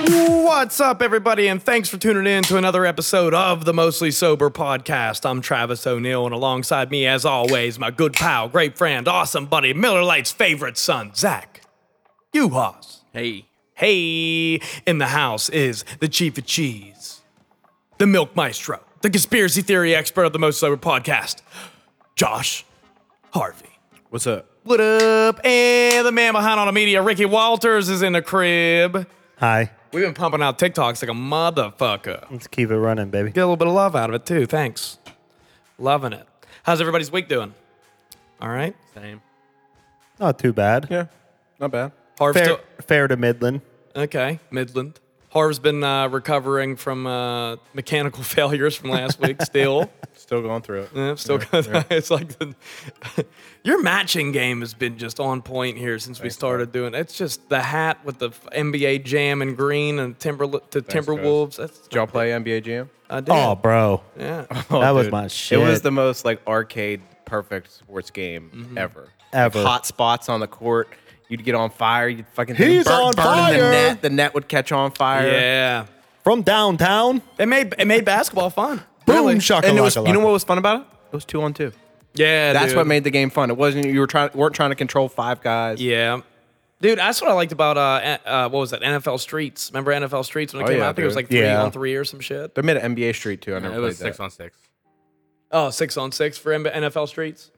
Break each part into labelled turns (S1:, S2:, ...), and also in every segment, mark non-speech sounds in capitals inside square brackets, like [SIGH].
S1: What's up, everybody, and thanks for tuning in to another episode of the Mostly Sober podcast. I'm Travis O'Neill, and alongside me, as always, my good pal, great friend, awesome buddy, Miller Lite's favorite son, Zach Uhas.
S2: Hey,
S1: Hey, in the house is the Chief of Cheese, the Milk Maestro, the conspiracy theory expert of the Most Sober podcast, Josh Harvey.
S2: what's up?
S1: What up? And the man behind all the media, Ricky Walters, is in the crib.
S3: Hi.
S1: We've been pumping out TikToks like a motherfucker.
S3: Let's keep it running, baby.
S1: Get a little bit of love out of it too. Thanks. Loving it. How's everybody's week doing? All right.
S2: Same.
S3: Not too bad.
S4: Yeah, not bad.
S1: Harv
S3: Fair,
S1: still-
S3: fair to Midland.
S1: okay. Midland. Harv's been uh, recovering from uh, mechanical [LAUGHS] failures from last week. [LAUGHS] Still,
S4: Still going through it.
S1: Yeah, still. it's like the, [LAUGHS] your matching game has been just on point here since we started doing. It's just the hat with the NBA Jam and green and Timber to Timberwolves. That's
S4: Did y'all play NBA Jam?
S1: I did.
S3: Oh, bro.
S1: [LAUGHS] yeah.
S3: that was
S4: Oh, dude.
S3: my shit.
S4: It was the most like arcade perfect sports game ever.
S3: Ever.
S4: Hot spots on the court. You'd get on fire. You'd fucking He's
S3: on
S4: The
S3: fire!
S4: net. the net would catch on fire.
S1: Yeah.
S3: From downtown.
S1: It made it made basketball fun.
S3: Boom,
S1: Really.
S3: shakalaka.
S4: And it was, you know what was fun about it? It was two on two.
S1: Yeah.
S4: That's
S1: dude.
S4: what made the game fun. It wasn't you were trying weren't trying to control five guys.
S1: Yeah. Dude, that's what I liked about uh, uh what was that NFL Streets? Remember NFL Streets when it
S4: Oh,
S1: came
S4: yeah,
S1: out? I think it was
S4: dude.
S1: like three
S3: Yeah.
S1: on three or some shit.
S4: They made an NBA Street too. I never
S2: it was
S4: played
S2: six
S4: that.
S2: on six.
S1: Oh, six on six for M- NFL Streets.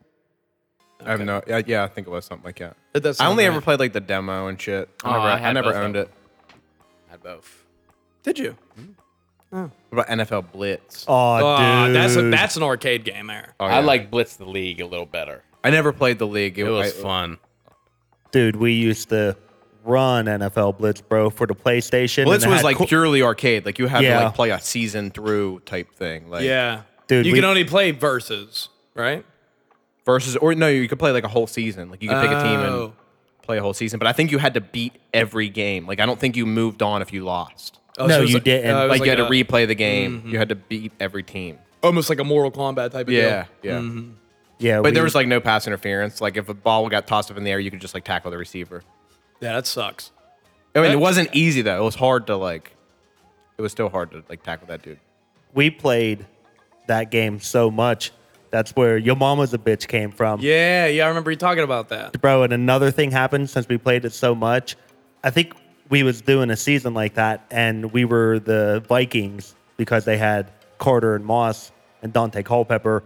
S4: I have no. Yeah, yeah, I think it was something like that.
S1: That does
S4: I
S1: sound
S4: only
S1: right.
S4: ever played like the demo and shit. I
S2: Oh,
S4: never,
S2: I
S4: I
S2: had
S4: never
S2: both of
S4: owned
S2: them.
S4: it.
S2: I had both.
S1: Did you?
S4: What about NFL Blitz?
S3: Oh,
S1: Aw,
S3: dude.
S1: that's a, that's an arcade game there.
S4: Oh,
S2: I
S4: yeah.
S2: like Blitz the League a little better.
S4: I never played the league.
S2: It was
S4: I-
S2: fun.
S3: dude, we used to run NFL Blitz, bro, for the PlayStation.
S4: Blitz
S3: and it
S4: was
S3: had
S4: like
S3: cool-
S4: purely arcade. Like you had to
S3: Yeah.
S4: like play a season through type thing. Like
S1: Yeah.
S3: Dude,
S1: you
S3: we-
S1: can only play versus, right?
S4: versus or no, you could play like a whole season. Like you could pick a team and
S1: Oh.
S4: play a whole season. But I think you had to beat every game. Like I don't think you moved on if you lost.
S1: Oh,
S3: No,
S1: it was
S3: you
S1: like-
S3: didn't.
S1: it was
S4: Like, you had
S1: a-
S4: to replay the game. You had to beat every team.
S1: almost like a Mortal Kombat type of
S4: Yeah,
S1: deal.
S4: yeah.
S3: yeah,
S4: But there
S3: we-
S4: was like no pass interference. Like if a ball got tossed up in the air, you could just like tackle the receiver.
S1: Yeah, that sucks.
S4: I mean, it wasn't easy though. It was hard to like. It was still hard to like tackle that dude.
S3: we played that game so much. That's where your mama's a bitch came from.
S1: Yeah, yeah, I remember you talking about that.
S3: bro and another thing happened since we played it so much i think we was doing a season like that and we were the vikings because they had carter and moss and dante culpepper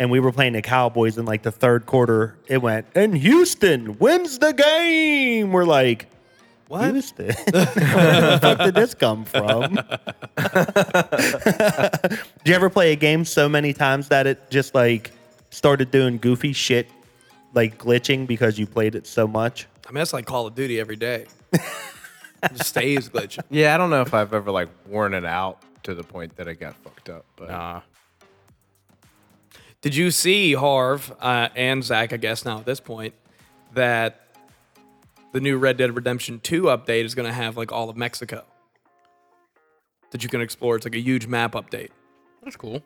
S3: and we were playing the cowboys in like the third quarter it went and houston wins the game we're like
S1: What?
S3: houston [LAUGHS] where the fuck did this come from [LAUGHS] do you ever play a game so many times that it just like started doing goofy shit like glitching because you played it so much?
S1: I mean, that's like Call of Duty every day. [LAUGHS] it just stays glitching.
S4: Yeah, I don't know if I've ever like worn it out to the point that I got fucked up. But Oh,
S2: Nah.
S1: Did you see Harv uh, and Zach? I guess now at this point that the new Red Dead Redemption Two update is going to have like all of Mexico that you can explore. It's like a huge map update. Oh,
S2: That's cool.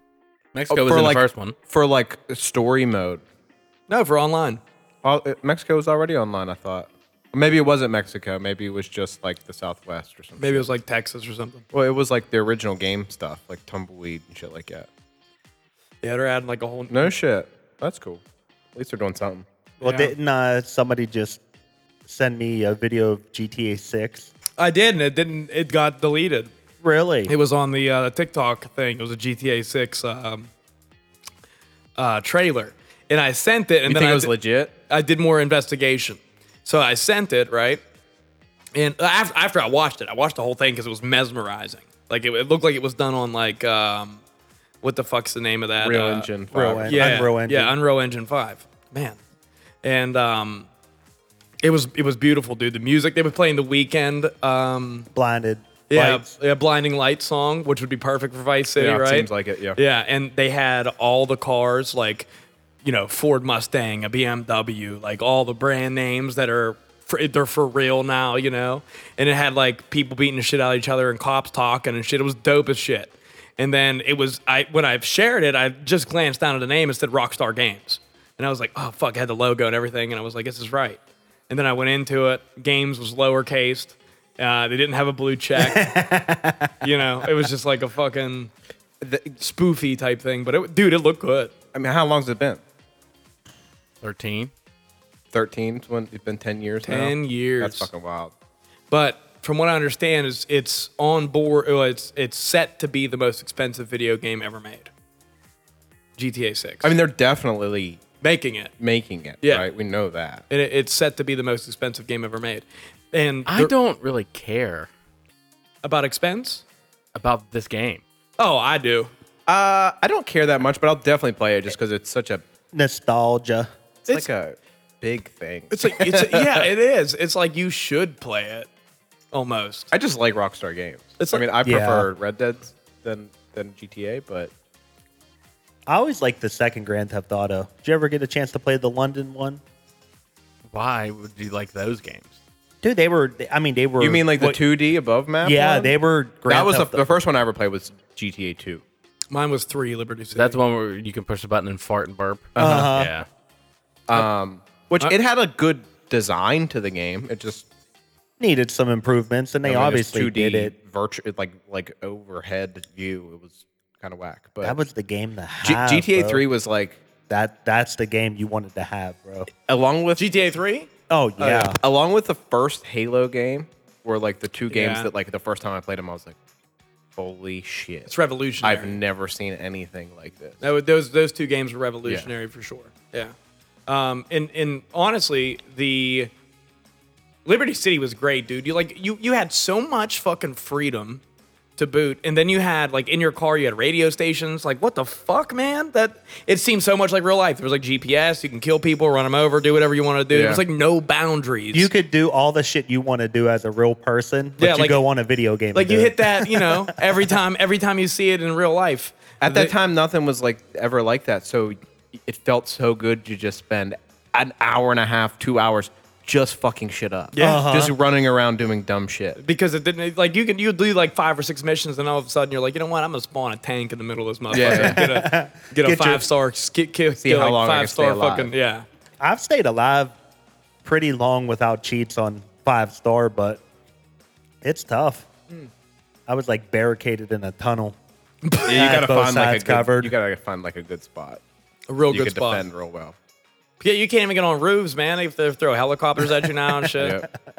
S2: Mexico was
S4: for
S2: in
S4: like
S2: the first one.
S4: for like story mode,
S1: No, for online.
S4: All- uh, Mexico was already online. I thought maybe it wasn't Mexico. Maybe it was just like the Southwest or something.
S1: Maybe it was like Texas or something.
S4: Well, it was like the original game stuff, like tumbleweed and shit like that.
S1: Yeah, they're adding like a whole.
S4: No shit. That's cool. At least they're doing something.
S3: Well,
S1: Yeah.
S3: didn't uh, somebody just send me a video of GTA 6?
S1: I did, and it didn't. It got deleted.
S3: Really?
S1: It was on the uh, TikTok thing. It was a GTA Six um, uh, trailer, and I sent it. And
S4: You
S1: then
S4: think
S1: I
S4: it was
S1: di-
S4: legit?
S1: I did more investigation. So I sent it, right? And after, after I watched it, I watched the whole thing because it was mesmerizing. Like it, it looked like it was done on like um, what the fuck's the name of that?
S4: Real
S1: uh,
S4: Engine.
S3: Real
S4: five.
S3: Engine.
S1: Yeah,
S3: Unreal Engine.
S1: Yeah, Unreal Engine Five. Man, and um, it was it was beautiful, dude. The music they were playing the weekend. Um,
S3: Blinded.
S1: Yeah,
S3: Lights.
S1: yeah, blinding light song, which would be perfect for Vice City,
S4: Yeah, it
S1: right?
S4: seems like it, yeah.
S1: yeah, and they had all the cars like, you know, Ford Mustang, a BMW, like all the brand names that are for, they're for real now, you know. And it had like people beating the shit out of each other and cops talking and shit. It was dope as shit. And then it was I when I shared it, I just glanced down at the name. It said Rockstar Games, and I was like, oh fuck, I had the logo and everything, and I was like, this is right. And then I went into it. Games was lowercased. Uh, they didn't have a blue
S4: [LAUGHS]
S1: check. you know, it was just like a fucking spoofy type thing. But it, dude, it looked good.
S4: I mean, how long's it been?
S1: 13.
S4: 13? It's when- It's been 10 years
S1: 10
S4: now?
S1: years.
S4: That's fucking wild.
S1: But from what I understand, is it's on board. well, It's it's set to be the most expensive video game ever made. GTA 6.
S4: I mean, they're definitely
S1: making it.
S4: making it,
S1: Yeah.
S4: right? We know that.
S1: And it. It's set to be the most expensive game ever made. And
S2: I
S1: they're-
S2: don't really care
S1: about expense.
S2: about this game.
S1: Oh, I do.
S4: Uh, I don't care that much, but I'll definitely play it just because it's such a
S3: Nostalgia.
S4: it's, like a big thing.
S1: It's like it's [LAUGHS] yeah, it is. It's like you should play it almost.
S4: I just like Rockstar games.
S1: It's
S4: I mean, I
S3: like- Yeah.
S4: prefer Red Dead than than GTA, but
S3: I always liked the second Grand Theft Auto. Did you ever get a chance to play the London one?
S2: Why would you like those games?
S3: Dude, they were. I mean, they were.
S4: you mean like the
S3: what-
S4: two D above map?
S3: Yeah,
S4: one?
S3: they were. Grand
S4: that was the,
S3: Theft
S4: the first one I ever played was GTA two.
S1: Mine was three Liberty City.
S2: That's the one where you can push the button and fart and burp.
S3: Uh-huh.
S2: Yeah.
S4: Um, which it had a good design to the game. It just
S3: needed some improvements, and they obviously
S4: two D
S3: did it.
S4: virtu- like like overhead view. It was kind of whack, but
S3: That was the game to have.
S4: G- GTA
S3: bro.
S4: three was like
S3: That that's the game you wanted to have, bro.
S4: along with
S1: GTA three.
S3: Oh
S4: uh,
S3: yeah,
S4: along with the first Halo game were like the two games
S1: Yeah.
S4: that like the first time I played them I was like, holy shit,
S1: It's revolutionary.
S4: I've never seen anything like this.
S1: That would- those those two games were revolutionary for sure. Yeah. Um, and and honestly, the Liberty City was great, dude. You like you you had so much fucking freedom to boot, and then you had like in your car you had radio stations. Like what the fuck, man? That it seemed so much like real life. There was like GPS. You can kill people, run them over, do whatever you want to do. There
S4: Yeah.
S1: was like no boundaries.
S3: you could do all the shit you want to do as a real person, but
S1: Yeah,
S3: you
S1: like-
S3: go on a video game. and
S1: like you
S3: do it.
S1: hit that, you know, every time every time you see it in real life.
S4: At that
S1: The-
S4: time, nothing was like ever like that. So it felt so good to just spend an hour and a half, two hours, just fucking shit up.
S1: Yeah. Uh-huh.
S4: just running around doing dumb shit.
S1: because it didn't like you can you do like five or six missions and all of a sudden you're like you know what I'm gonna spawn a tank in the middle of this motherfucker
S4: Yeah. [LAUGHS]
S1: get a get a
S3: Get your-
S1: five star skit kill
S4: See
S1: kill,
S4: how
S1: like,
S4: long I can
S1: five star
S4: stay alive.
S1: fucking yeah
S3: I've stayed alive pretty long without cheats on five star, but it's tough. I was like barricaded in a tunnel.
S4: Hmm. [LAUGHS] Yeah, you
S3: Had
S4: gotta
S3: both
S4: find like a
S3: sides
S4: good,
S3: covered.
S4: You gotta find like a good spot.
S1: a real
S4: you
S1: good
S4: can
S1: spot
S4: defend real well.
S1: yeah you can't even get on roofs man if they throw helicopters at you now
S4: [LAUGHS]
S1: and shit
S4: Yeah.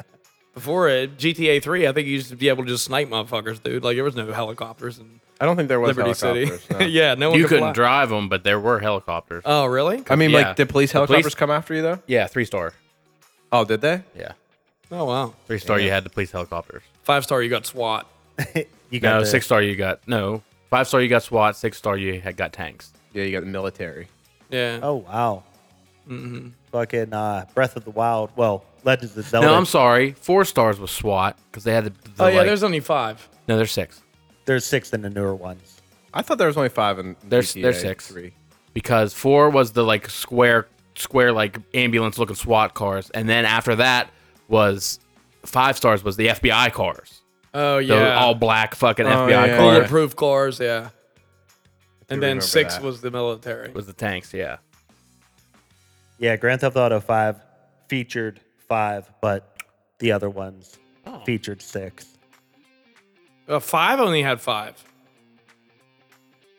S1: before it, GTA three I think you used to be able to just snipe motherfuckers dude like there was no helicopters in
S4: I don't think there was
S1: Liberty City
S4: helicopters. [LAUGHS] no.
S1: [LAUGHS] yeah no one
S2: You
S1: could
S2: couldn't
S1: fly.
S2: drive them, but there were helicopters.
S1: oh really
S4: I mean,
S2: Yeah.
S4: like, did police
S2: The police-
S4: helicopters come after you though?
S2: yeah, three star.
S4: Oh, did they?
S2: Yeah.
S1: oh wow
S2: Three star, you had the police helicopters.
S1: five star you got SWAT
S3: You got
S2: No,
S3: the-
S2: six star, you got no. Five star, you got SWAT. Six star, you had got tanks.
S4: Yeah, you got the military.
S1: yeah
S3: Oh wow.
S4: Mm-hmm.
S3: Fucking uh, Breath of the Wild. Well, Legends of Zelda.
S2: No, I'm sorry. Four stars was SWAT because they had the. the
S1: oh yeah
S2: like-
S1: there's only five
S2: no, there's six
S3: There's six in the newer ones.
S4: I thought there was only five and
S2: There's-
S4: GTA
S2: there's six.
S4: Three.
S2: because four was the like square, square like ambulance looking SWAT cars, and then after that was five stars was the FBI cars,
S1: oh
S2: the
S1: yeah
S2: all black fucking FBI
S4: yeah,
S2: cars
S4: yeah.
S1: bulletproof cars yeah and then
S4: remember
S1: six
S4: that.
S1: was the military
S2: was the tanks. Yeah,
S3: Yeah, Grand Theft Auto Five featured five, but the other ones
S4: Oh.
S3: featured six.
S1: Uh, five only had five.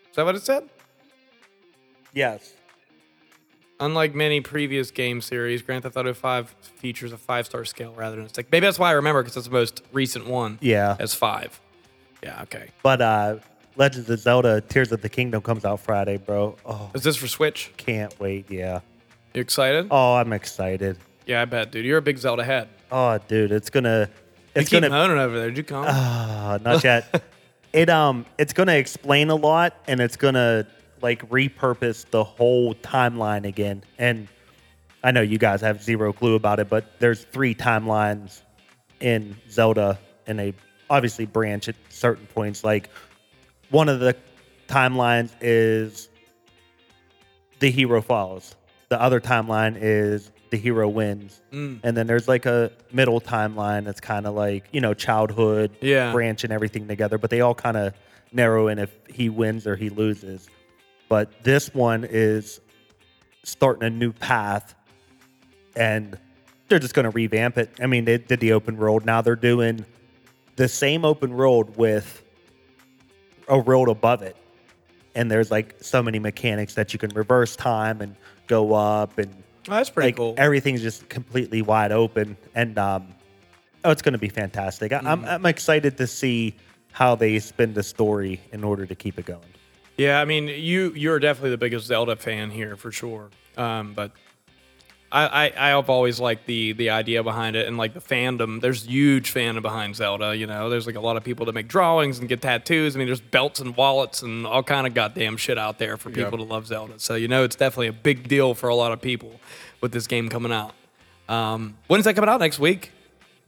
S1: Is that what it said?
S3: Yes.
S1: Unlike many previous game series, Grand Theft Auto 5 features a five star scale rather than a six. Maybe that's why I remember because it's the most recent one.
S3: Yeah.
S1: As five. Yeah, okay.
S3: But uh, Legends of Zelda: Tears of the Kingdom comes out Friday, bro. Oh,
S1: Is this for Switch?
S3: can't wait. Yeah.
S1: You excited?
S3: Oh, I'm excited.
S1: Yeah, I bet, dude. You're a big Zelda head.
S3: Oh, dude, it's gonna.
S1: You
S3: It's
S1: keep
S3: gonna.
S1: moaning over there. Did you come?
S3: Uh,
S1: [LAUGHS]
S3: not yet. it um, it's gonna explain a lot, and it's gonna like repurpose the whole timeline again. And I know you guys have zero clue about it, but there's three timelines in Zelda, and they obviously branch at certain points. Like one of the timelines is the hero follows. The other timeline is the hero wins. And then there's like a middle timeline that's kind of like, you know, childhood,
S1: Yeah.
S3: branch and everything together, but they all kind of narrow in if he wins or he loses. But this one is starting a new path and they're just going to revamp it. I mean, they did the open world. Now they're doing the same open world with a world above it. And there's like so many mechanics that you can reverse time and go up and
S1: Oh, that's pretty
S3: like
S1: cool.
S3: everything's just completely wide open. And um, oh, it's going to be fantastic. I, I'm,
S1: Mm.
S3: I'm excited to see how they spin the story in order to keep it going.
S1: Yeah, I mean, you you're definitely the biggest Zelda fan here for sure. Um, but I, I I have always liked the the idea behind it and like the fandom. There's huge fandom behind Zelda. You know, there's like a lot of people that make drawings and get tattoos. I mean, there's belts and wallets and all kind of goddamn shit out there for people to love Zelda. So you know, it's definitely a big deal for a lot of people with this game coming out. Um, when is that coming out next week?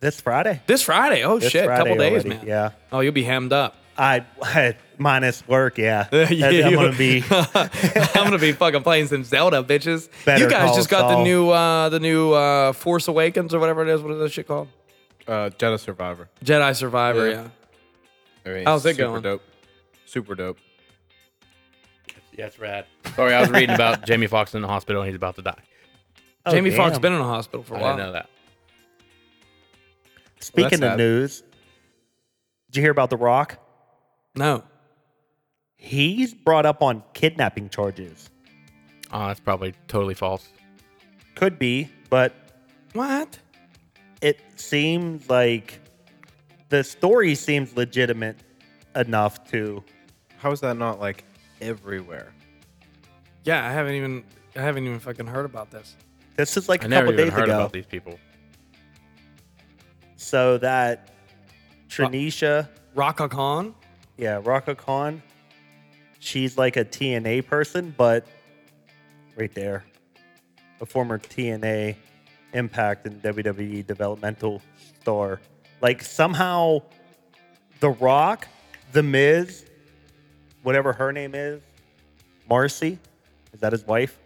S3: This Friday.
S1: This Friday. Oh
S3: This
S1: shit,
S3: Friday
S1: couple days,
S3: already,
S1: man.
S3: yeah.
S1: Oh, you'll be hemmed up.
S3: I [LAUGHS] minus
S1: [LAUGHS]
S3: work, yeah. I'm
S1: you-
S3: gonna
S1: [LAUGHS]
S3: be
S1: I'm gonna be fucking playing some Zelda, bitches.
S3: Better
S1: you guys
S3: Call
S1: just got the
S3: Saul.
S1: new uh, the new uh, Force Awakens or whatever it is. What is that shit called?
S4: Uh, Jedi Survivor.
S1: Jedi Survivor. Yeah.
S4: Yeah. I mean,
S2: Oh,
S1: How's it
S4: super
S1: going?
S4: Dope. Super dope.
S2: Yeah, it's rad. Sorry, I was
S4: [LAUGHS]
S2: reading about Jamie Foxx in the hospital and he's about to die.
S3: Oh,
S1: Jamie
S3: damn.
S1: Foxx been in a hospital for a
S2: I
S1: while.
S2: didn't know that.
S3: Speaking
S4: Well, that's
S3: of
S4: sad.
S3: news, did you hear about The Rock?
S1: No.
S3: He's brought up on kidnapping charges.
S2: Oh, that's probably totally false.
S3: Could be, but
S1: What?
S3: it seems like the story seems legitimate enough to.
S4: How is that not like everywhere?
S1: Yeah, I haven't even I haven't even fucking heard about this.
S3: This is like
S2: I
S3: a
S2: never
S3: couple
S2: even
S3: days
S2: heard
S3: ago.
S2: about these people.
S3: So that Trinisha,
S1: Raka Khan.
S3: yeah, Raka Khan, she's like a TNA person, but right there, a former TNA Impact and WWE developmental star. Like somehow, The Rock, The Miz, whatever her name is, Marcy, is that his wife?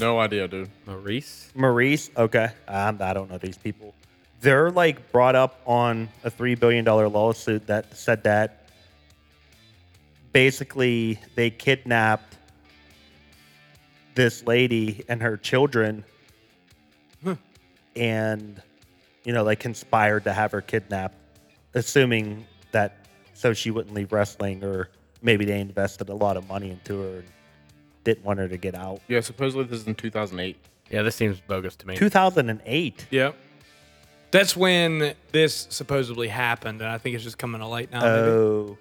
S4: No idea, dude.
S2: Maurice?
S3: Maurice, okay, um, I don't know these people. They're like brought up on a three billion dollar lawsuit that said that basically they kidnapped this lady and her children, Hmm. and you know like conspired to have her kidnapped, assuming that so she wouldn't leave wrestling or maybe they invested a lot of money into her and didn't want her to get out.
S4: Yeah, supposedly this is in 2008.
S2: Yeah, this seems bogus to me.
S3: 2008.
S1: Yep. That's when this supposedly happened, and I think it's just coming to light now. maybe.
S3: Oh.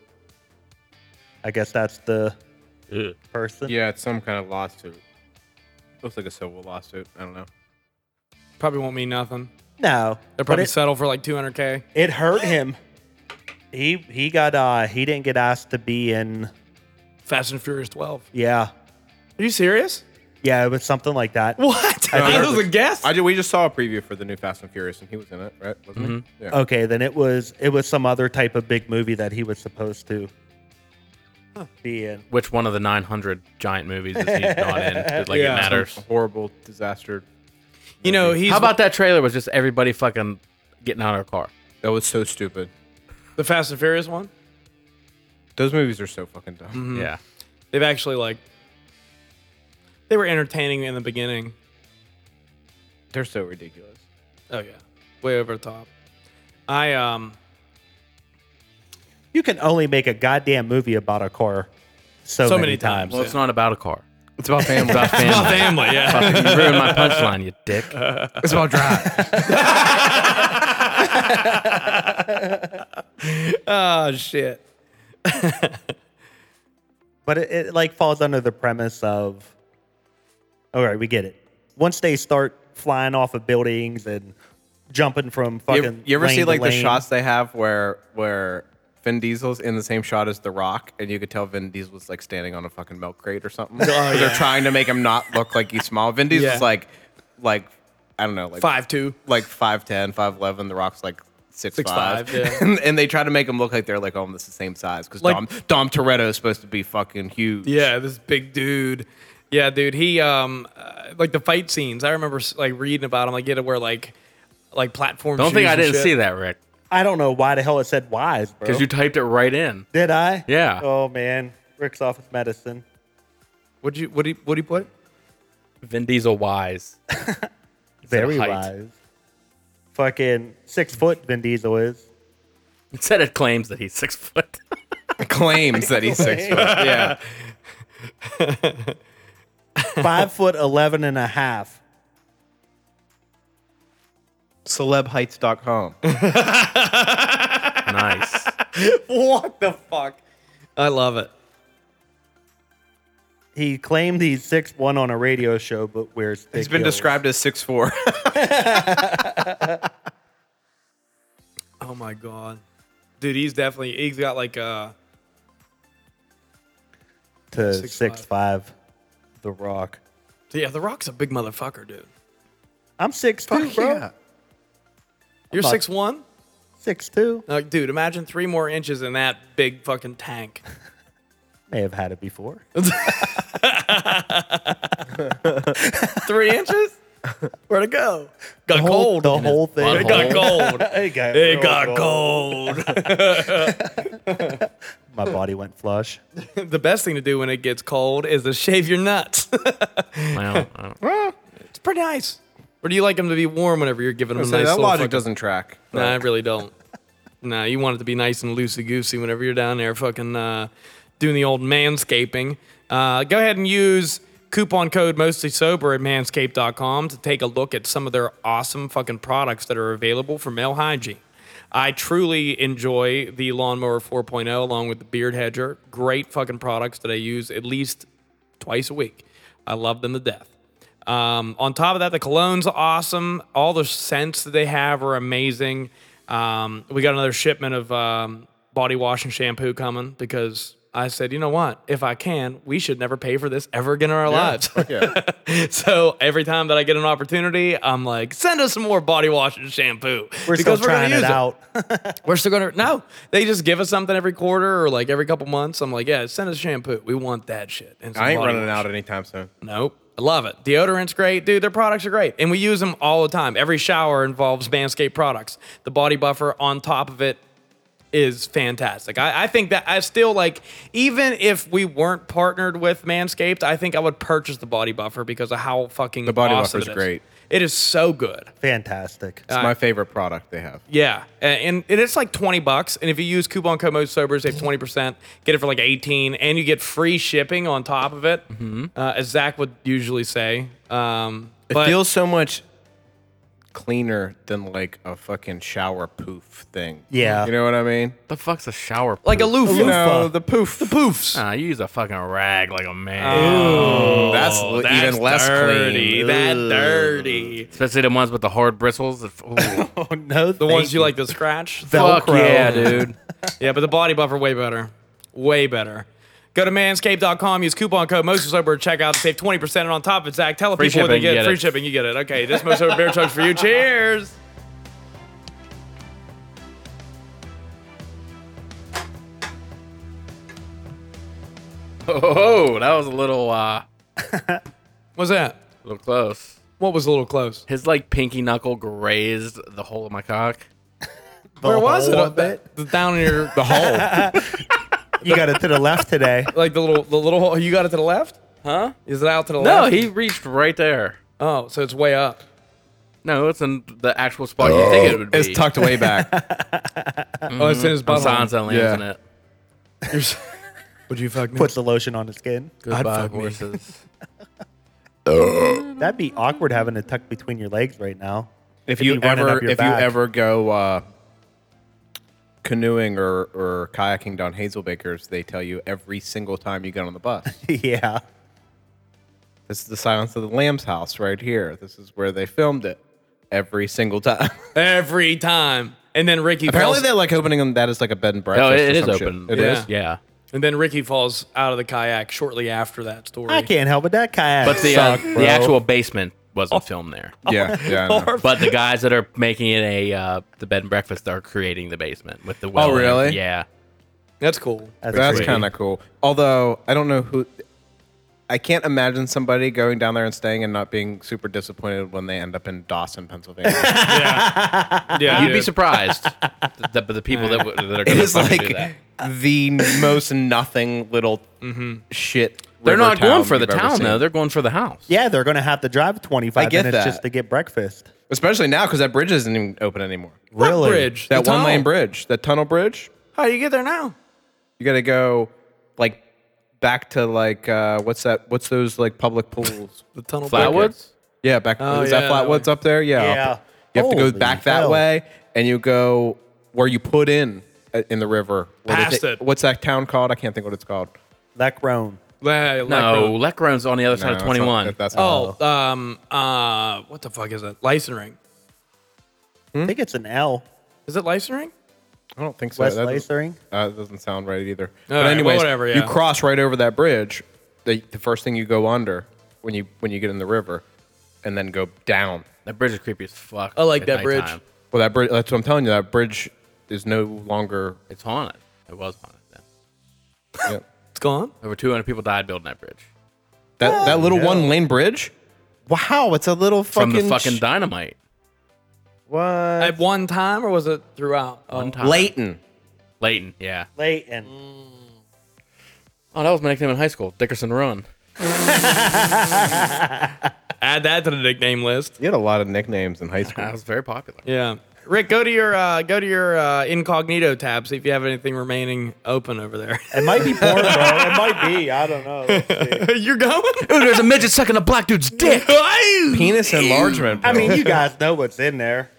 S3: I guess that's the
S2: Ugh.
S3: person.
S4: Yeah, it's some kind of lawsuit. Looks like a civil lawsuit. I don't know.
S1: Probably won't mean nothing.
S3: No.
S1: They'll
S3: But
S1: probably
S3: it,
S1: settle for like 200k.
S3: it hurt him. He he got uh he didn't get asked to be in
S1: Fast and Furious 12.
S3: yeah.
S1: Are you serious?
S3: Yeah, it was something like that.
S1: What? [LAUGHS] I,
S4: heard
S1: was
S4: this.
S1: a guess.
S4: I ju- we just saw a preview for the new Fast and Furious, and he was in it, right? Wasn't
S2: Mm-hmm.
S4: he? Yeah.
S3: Okay, then it was it was some other type of big movie that he was supposed to be in.
S2: Which one of the 900 giant movies is he not in? 'Cause, Like,
S1: Yeah.
S2: it matters.
S4: A horrible disaster.
S1: you know, he's
S2: How about that trailer was just everybody fucking getting out of their car?
S4: That was so stupid.
S1: the Fast and Furious one?
S4: Those movies are so fucking dumb.
S2: Yeah.
S1: They've actually like they were entertaining in the beginning.
S4: They're so ridiculous.
S1: Oh yeah, way over the top. I um
S3: You can only make a goddamn movie about a car so,
S1: So
S3: many,
S1: many times.
S3: times.
S2: Well, it's not about a car.
S4: It's about family.
S2: It's about family.
S1: family,
S2: [LAUGHS]
S1: yeah.
S2: you ruined my punchline, you dick. It's about drive.
S1: oh shit.
S3: But it, it like falls under the premise of, all right, we get it. Once they start flying off of buildings and jumping from
S4: You,
S3: fucking,
S4: ever- you ever
S3: lane
S4: see
S3: to
S4: like the
S3: lane,
S4: shots they have where where Vin Diesel's in the same shot as The Rock, and you could tell Vin Diesel's like standing on a fucking milk crate or something. They're trying to make him not look like he's small. Vin Diesel's
S1: Oh, Yeah.
S4: like like I don't know, like
S1: Five two.
S4: like 5'10", 5'11". The Rock's like six,
S1: Six
S4: five.
S1: five, yeah.
S4: [LAUGHS] and, and they try to make him look like they're like, oh, this is the same size because
S1: Like-
S4: Dom Dom Toretto is supposed to be fucking huge.
S1: Yeah, this big dude. Yeah, dude. He um, uh, like the fight scenes. I remember like reading about him. Like, he had to wear like, like platform.
S2: Don't think
S1: shoes
S2: I
S1: and
S2: didn't
S1: shit. [LAUGHS]
S2: see that, Rick,
S3: I don't know why the hell it said wise, bro.
S2: because you typed it right in.
S3: Did I?
S2: Yeah.
S3: Oh man, Rick's office medicine.
S1: What you? What do? What do you put?
S2: Vin Diesel wise.
S3: Very
S2: height.
S3: wise. Fucking six foot Vin Diesel
S4: [LAUGHS]
S3: is.
S2: [LAUGHS] Instead, it claims that he's six foot.
S4: [LAUGHS] claims that
S1: [LAUGHS]
S4: he's six foot. Yeah,
S3: Five foot eleven and a half.
S1: [LAUGHS]
S4: celebheights.com.
S2: nice.
S1: What the fuck? I love it.
S3: He claimed he's six one on a radio show, but wears thick
S4: He's been
S3: heels.
S4: described as six [LAUGHS] four.
S1: Oh my god, dude. He's definitely. He's got like uh
S3: to
S1: six
S3: six, five. The Rock.
S1: Yeah, The Rock's a big motherfucker, dude.
S3: I'm six two, bro.
S1: You're
S3: not-
S1: six one.
S3: Six two.
S1: Like, dude, imagine three more inches in that big fucking tank.
S3: May have had it before.
S1: [LAUGHS] Three inches? Where'd it go? Got
S3: The whole-
S1: cold.
S3: The whole thing.
S1: it got cold.
S3: It got,
S1: It
S3: real
S1: got
S3: cold.
S2: [LAUGHS]
S1: cold.
S3: My body
S1: [LAUGHS]
S3: went flush.
S1: [LAUGHS] the best thing to do when it gets cold is to [LAUGHS] shave your nuts.
S2: Well, uh, I don't-
S1: it's pretty nice. Or do you like them to be warm whenever you're giving them a nice
S4: that
S1: little
S4: logic
S1: fucking-
S4: doesn't track.
S1: Nah, I really don't. [LAUGHS] nah, you want it to be nice and loosey goosey whenever you're down there fucking uh, doing the old manscaping. Uh, go ahead and use coupon code mostly sober at manscaped.com to take a look at some of their awesome fucking products that are available for male hygiene. I truly enjoy the Lawnmower 4.0 along with the Beard Hedger. Great fucking products that I use at least twice a week. I love them to death. Um, on top of that, the cologne's awesome. All the scents that they have are amazing. Um, we got another shipment of um, body wash and shampoo coming because I said, you know what? If I can, we should never pay for this ever again in our lives. [LAUGHS] so every time that I get an opportunity, I'm like, send us some more body wash and shampoo.
S3: We're
S1: because
S3: still trying
S1: gonna
S3: it
S1: use
S3: out.
S1: We're still gonna no. They just give us something every quarter or like every couple months. I'm like, yeah, send us shampoo. We want that shit. And some
S4: I ain't
S1: body
S4: running
S1: wash.
S4: out anytime soon.
S1: Nope. I love it. Deodorant's great. Dude, their products are great. And we use them all the time. Every shower involves Manscaped products. The body buffer on top of it is fantastic. I, I think that I still like, even if we weren't partnered with Manscaped, I think I would purchase the body buffer because of how fucking the
S4: body
S1: awesome
S4: buffer's
S1: it is.
S4: great.
S1: It is so good.
S3: Fantastic.
S1: Uh,
S4: It's my favorite product they have.
S1: Yeah, a- and, and it's like twenty bucks, and if you use coupon code Mode Sober, save twenty percent. Get it for like eighteen, and you get free shipping on top of it, uh, as Zach would usually say. Um,
S4: It
S1: but
S4: feels so much cleaner than like a fucking shower poof thing.
S3: Yeah. uh,
S4: You know what I mean?
S2: the fuck's a shower?
S1: like a
S2: poop?
S1: loofah.
S4: You know, the poof.
S1: the poofs.
S2: Nah, you use a fucking rag like a man.
S4: that's, l-
S1: Oh, That's
S4: even less
S1: dirty.
S4: clean.
S1: That
S4: Ugh.
S1: dirty.
S2: Especially the ones with the hard bristles. Ooh. [LAUGHS] Fuck
S3: Oh no,
S1: The ones you like to scratch.
S2: yeah, dude.
S1: yeah, but the body buffer way better, way better. Go to manscaped.com, use coupon code Moses Sober at checkout to save 20%. And on top of it, Zach, tell the
S2: Free
S1: people what they
S2: shipping, you
S1: get.
S2: get
S1: Free
S2: it.
S1: shipping, you get it. Okay, this Moses Sober Beer Truck's for you. Cheers.
S2: [LAUGHS] Oh, that was a little, uh,
S1: What's that?
S2: little close.
S1: What was a little close?
S2: His like pinky knuckle grazed the hole of my cock.
S1: Where was it?
S3: whole
S1: Uh, the- Down in your the hole,
S3: You got it to the left today. [LAUGHS]
S1: like the little the little hole. You got it to the left?
S2: Huh?
S1: Is it out to the
S2: No,
S1: left?
S2: he reached right there.
S1: Oh, so it's way up.
S2: No, it's in the actual spot you think it would be.
S4: It's tucked way back.
S1: Oh, it's in his
S2: on
S1: butt.
S2: Sansa lands
S4: Yeah.
S2: in it.
S1: [LAUGHS] Would you fuck me?
S3: Puts the lotion on the skin.
S2: Goodbye, horses.
S3: That'd be awkward having it tucked between your legs right now. [LAUGHS]
S4: if
S3: It'd
S4: you
S3: be running
S4: ever
S3: up your
S4: if
S3: back.
S4: you ever go uh, canoeing or, or kayaking down Hazelbakers, they tell you every single time you get on the bus.
S3: yeah.
S4: This is the Silence of the Lambs house right here. This is where they filmed it every single time. [LAUGHS]
S1: Every time. And then Ricky
S4: Apparently,
S1: falls,
S4: they're like opening them that is like a bed and breakfast.
S2: No,
S4: or
S2: Oh, it is
S4: some shit.
S2: open.
S4: It
S1: Yeah.
S2: [LAUGHS]
S4: is?
S2: Yeah.
S1: and then Ricky falls out of the kayak shortly after that story.
S3: I can't help it. That kayak.
S2: But the, uh,
S3: sucked, bro.
S2: the actual basement wasn't filmed there.
S4: Yeah, yeah. I know.
S1: Or-
S2: [LAUGHS] But the guys that are making it a uh, the bed and breakfast are creating the basement with the well. and
S4: really?
S2: everything. Yeah.
S1: That's cool.
S4: That's
S2: Sweet.
S4: kind of cool. Although I don't know who. I can't imagine somebody going down there and staying and not being super disappointed when they end up in Dawson,
S2: [LAUGHS]
S4: Pennsylvania.
S1: Yeah,
S2: You'd be surprised the, the people that, w- that are
S4: it
S2: going
S4: is
S2: to do
S4: [LAUGHS]
S2: that.
S4: like the most nothing little shit.
S2: Mm-hmm. They're
S4: river
S2: not
S4: town
S2: going for the
S4: you've ever
S2: town
S4: seen.
S2: though. They're going for the house.
S3: Yeah, they're going to have to drive 25
S4: I get
S3: minutes
S4: that.
S3: just to get breakfast.
S4: especially now because that bridge isn't even open anymore.
S1: What
S3: Really?
S1: bridge?
S4: That
S1: The
S4: one lane
S1: tunnel.
S4: bridge, that tunnel bridge.
S1: How do you get there now?
S4: You got to go like back to like uh, what's that? What's those like public pools?
S1: The tunnel. bridge.
S2: Flatwoods.
S4: Yeah, back
S1: Oh,
S4: is
S1: yeah,
S4: that
S1: that
S4: Flatwoods up there? Yeah.
S3: Yeah.
S4: up- You have to
S3: Holy
S4: go back that
S3: hell.
S4: way, and you go where you put in uh, in the river. What is
S1: Past it.
S4: What's that town called? I can't think what it's called.
S3: Lacrone.
S1: Yeah, like
S2: No, Lecrone's Oh, on the other
S4: No,
S2: side of
S4: it's
S2: twenty one.
S4: not- that's
S1: the-
S4: not-
S1: Oh, um, uh, what the fuck is it? License ring.
S3: I think it's an L.
S1: Hmm? Is it license ring?
S4: I don't think so.
S3: West
S4: That doesn't-
S3: Lacering.
S4: Uh, that doesn't sound right either.
S1: right,
S4: but
S1: well,
S4: anyways,
S1: whatever,
S4: you
S1: yeah.
S4: cross right over that bridge. The, the first thing you go under when you when you get in the river, and then go down.
S2: That bridge is creepy as fuck.
S1: I like
S2: at
S1: that bridge.
S2: nighttime.
S4: Well, that bridge. That's what I'm telling you. That bridge is no longer.
S2: It's haunted. It was haunted. Then.
S4: yeah.
S1: It's gone.
S2: Over two hundred people died building that bridge
S4: That that little one lane bridge. Wow, it's a little
S2: from
S4: fucking
S2: the fucking
S4: sh-
S2: dynamite.
S3: What?
S1: At one time, or was it throughout? Oh.
S2: One time.
S4: Leighton.
S2: Leighton. Yeah.
S3: Leighton.
S2: Oh, that was my nickname in high school. Dickerson Run.
S1: Oh. Add that to the nickname list.
S4: You had a lot of nicknames in high
S2: That
S4: school.
S2: was very popular.
S1: Yeah. Rick, go to your uh, go to your uh, incognito tab. See if you have anything remaining open over there. [LAUGHS]
S3: It might be porn, bro. It might be. I don't know. Let's see.
S1: You're going?
S2: Dude, there's a midget sucking a black dude's [LAUGHS] dick.
S4: Penis enlargement.
S3: [LAUGHS] I mean, you guys know what's in there.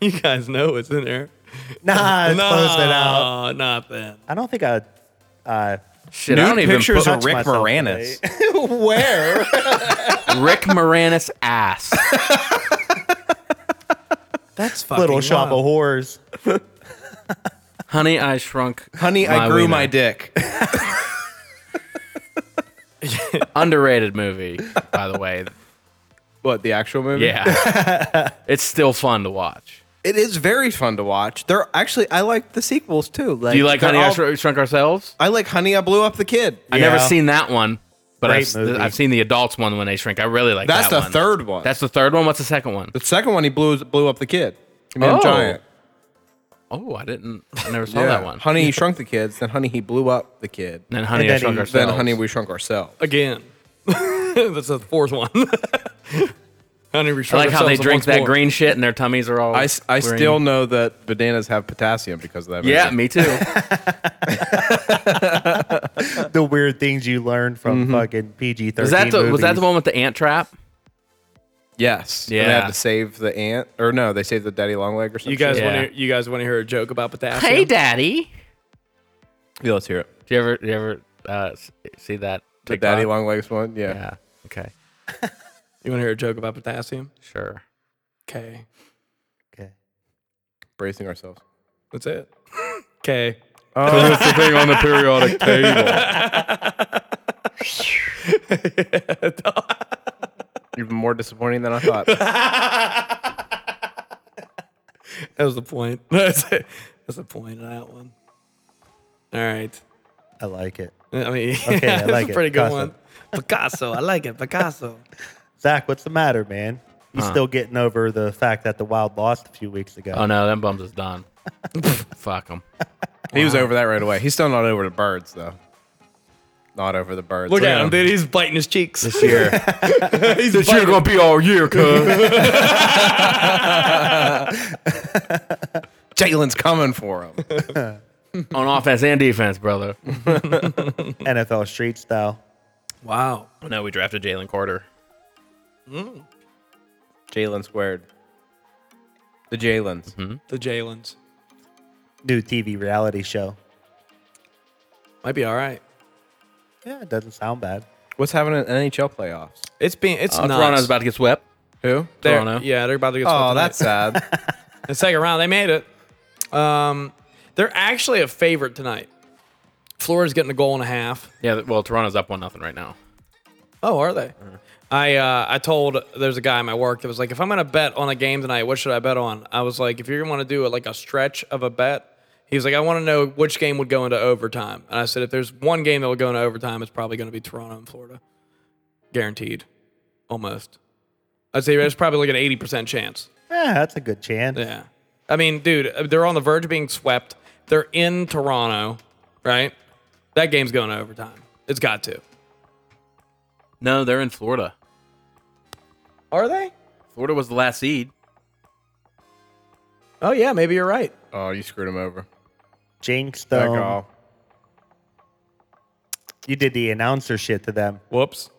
S1: you guys know what's in there.
S3: Nah, it's posted
S1: No,
S3: out.
S1: not that.
S3: I don't think I. Uh,
S2: Shit,
S4: Nude
S2: I don't even
S4: pictures
S2: put
S4: of Rick
S3: myself
S4: Moranis.
S3: [LAUGHS] Where?
S2: Rick Moranis ass.
S1: That's fucking
S3: Little Shop of
S1: wild.
S3: Horrors.
S2: Honey, I shrunk.
S4: [LAUGHS] Honey, I
S2: my
S4: grew
S2: wiener.
S4: my dick.
S2: underrated movie, by the way.
S4: [LAUGHS] What the actual movie?
S2: Yeah, it's still fun to watch.
S4: it is very fun to watch. They're actually I like the sequels too. Like,
S2: Do you like
S4: they're
S2: Honey, I
S4: all-
S2: Shrunk, Shrunk Ourselves?
S4: I like Honey, I blew up the kid.
S2: I never
S3: Yeah.
S2: seen that one, but
S3: Great
S2: I've, s-
S3: movie.
S2: I've seen the adults one when they shrink. I really like
S4: That's
S2: that
S4: the
S2: one.
S4: third one.
S2: That's the third one. What's the second one?
S4: the second one. He blew blew up the kid. He made him
S2: Oh.
S4: giant.
S2: Oh, I didn't. I never saw
S4: Yeah.
S2: that one.
S4: Honey, he shrunk the kids. Then Honey, he blew up the kid.
S2: And then Honey,
S3: And
S2: I
S3: then
S2: Shrunk
S3: he-
S2: Ourselves.
S4: Then Honey, we shrunk ourselves.
S1: again. [LAUGHS] That's the fourth one. [LAUGHS] Honey, we
S2: I
S1: shrunk
S2: like how they
S1: ourselves
S2: drink
S1: once
S2: that
S1: more.
S2: green shit and their tummies are all.
S4: I, s- I
S2: green.
S4: still know that bananas have potassium because of that.
S2: Yeah,
S4: movie. [LAUGHS]
S2: me too.
S3: The weird things you learn from fucking PG thirteen.
S2: Was that the was that the one with the ant trap?
S4: Yes. And
S2: Yeah.
S4: they had to save the ant, or no, they saved the daddy long leg or something.
S1: You guys
S2: Yeah.
S1: want to you guys want to hear a joke about potassium?
S2: daddy.
S4: yeah, let's hear it.
S2: Do you ever do you ever uh, s- see that?
S4: The
S2: TikTok?
S4: daddy long legs one. Yeah.
S2: Yeah. Okay.
S1: You want to hear a joke about potassium?
S2: Sure.
S1: Okay,
S3: Okay.
S4: bracing ourselves.
S1: that's it. Okay,
S4: Oh, that's the thing on the [LAUGHS] periodic table. [LAUGHS] Even more disappointing than I thought.
S1: that was the point. [LAUGHS] That's it. That's the point of that one. All right.
S3: I like it.
S1: I mean, [LAUGHS]
S3: Okay, I
S1: that's
S3: like
S1: a
S3: it.
S1: pretty good
S3: Picasso.
S1: one. Picasso, I like it. Picasso.
S3: Zach, what's the matter, man? You still getting over the fact that the Wild lost a few weeks ago?
S2: Oh no, them bums is done. [LAUGHS] Fuck them.
S4: He was over that right away. He's still not over the birds, though. Not over the
S1: [LAUGHS]
S4: birds.
S1: Look at him, dude. He's biting his cheeks.
S2: This year,
S1: [LAUGHS] He's
S2: this year
S1: biting-
S2: gonna be all year, cuz.
S4: [LAUGHS] Jalen's coming for him.
S2: On offense and defense, brother.
S3: NFL Street Style.
S1: Wow.
S2: No, we drafted Jalen Carter.
S4: Jalen squared. The Jalen's.
S1: The Jalen's
S3: New TV reality show.
S1: might be all right.
S3: Yeah, it doesn't sound bad.
S4: What's happening in NHL playoffs?
S1: It's being it's
S2: Uh,
S1: nuts.
S2: Toronto's about to get swept.
S4: Who?
S1: They're-
S2: Toronto.
S1: Yeah, they're about to get. swept
S4: Oh,
S1: tonight.
S4: that's sad.
S1: The second round, they made it. Um, they're actually a favorite tonight. Florida's getting a goal and a half.
S2: Yeah, well, Toronto's up one nothing right now.
S1: Oh, are they? I uh, I told there's a guy at my work that was like, if I'm gonna bet on a game tonight, what should I bet on? I was like, if you're gonna want to do like a stretch of a bet, he was like, I want to know which game would go into overtime. And I said, if there's one game that will go into overtime, it's probably gonna be Toronto and Florida, guaranteed, almost. I'd say there's probably like an eighty percent chance.
S3: Yeah, that's a good chance.
S1: Yeah. I mean, dude, they're on the verge of being swept. They're in Toronto, right? That game's going to overtime. It's got to.
S2: No, they're in Florida.
S1: Are they?
S2: Florida was the last seed.
S1: Oh yeah, maybe you're right.
S4: [LAUGHS] Oh, you screwed him over.
S3: Jinx,
S4: Back
S3: though.
S4: off.
S3: You did the announcer shit to them.
S2: [LAUGHS]
S1: Whoops.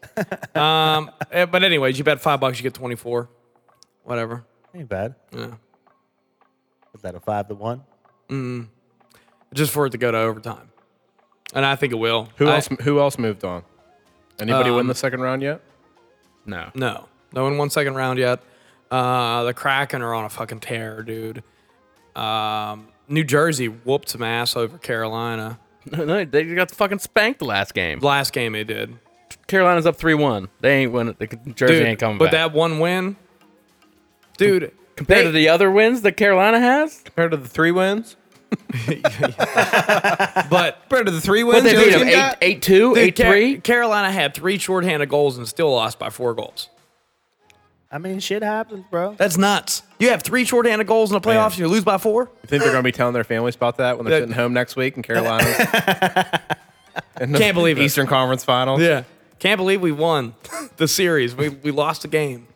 S1: um, eh, but anyways, you bet five bucks, you get twenty four. Whatever.
S3: Ain't bad.
S1: Yeah.
S3: Was that a five to one?
S1: Just for it to go to overtime, and I think it will.
S4: Who
S1: I-
S4: else? Who else moved on? Anybody
S1: Um,
S4: win the second round yet?
S2: No.
S1: No, no one won second round yet. Uh, the Kraken are on a fucking tear, dude. Um, New Jersey whooped some ass over Carolina.
S2: [LAUGHS] no, they got fucking spanked the last game.
S1: Last game they did.
S2: Carolina's up 3 1. They ain't winning. The Jersey ain't coming
S1: but
S2: back.
S1: that one win, dude.
S2: Compared to the other wins that Carolina has,
S4: Compared to the three wins.
S2: [LAUGHS]
S1: but
S4: Compared to the three
S2: but
S4: wins.
S2: they
S4: the other
S2: beat them
S4: team got?
S2: 8 8 2,
S1: dude,
S2: 8
S1: Ca-
S2: 3.
S1: Carolina had three shorthanded goals and still lost by four goals.
S3: I mean, shit happens,
S1: [LAUGHS]
S3: bro.
S1: That's nuts. You have three shorthanded goals in the playoffs and you lose by four.
S4: You think they're gonna be telling their families about that when they're
S1: Yeah.
S4: sitting home next week in [LAUGHS] Carolina? in the
S1: Can't believe it.
S4: Eastern Conference Finals.
S1: Yeah, can't believe we won
S3: [LAUGHS]
S1: the series. We we lost a game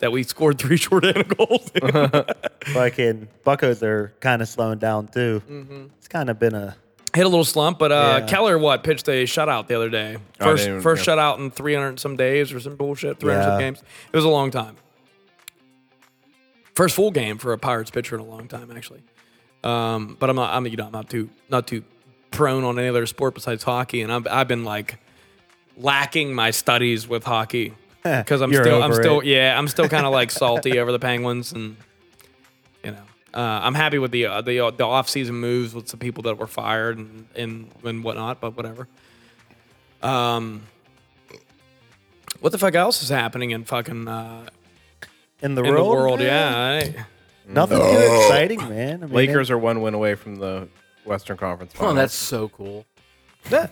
S1: that we scored three [LAUGHS] shorthanded goals. in.
S3: Uh-huh. Fucking Buckos are kind of slowing down too.
S1: Mm-hmm.
S3: It's kind of been a
S1: Hit a little slump, but uh,
S3: Yeah. Oh,
S1: Keller what pitched a shutout the other day.
S4: I
S1: First
S4: didn't-
S1: first
S4: yeah.
S1: shutout in 300 and some days or some bullshit. 300 some
S3: Yeah.
S1: games. It was a long time. First full game for a Pirates pitcher in a long time actually. Um, but I'm not I'm you know I'm not too not too prone on any other sport besides hockey, and I've I've been like lacking my studies with hockey because I'm
S3: [LAUGHS] You're
S1: still I'm
S3: over
S1: still
S3: it.
S1: yeah I'm still kind of
S3: [LAUGHS]
S1: like salty over the Penguins and you know, uh, I'm happy with the uh, the uh, the off season moves with some people that were fired and and, and whatnot, but whatever. Um, what the fuck else is happening in fucking uh,
S3: in the
S1: in
S3: world.
S1: the world? Yeah, I-
S3: nothing too exciting, man. I mean,
S4: Lakers are one win away from the Western Conference
S2: Oh,
S4: Finals.
S2: that's so cool.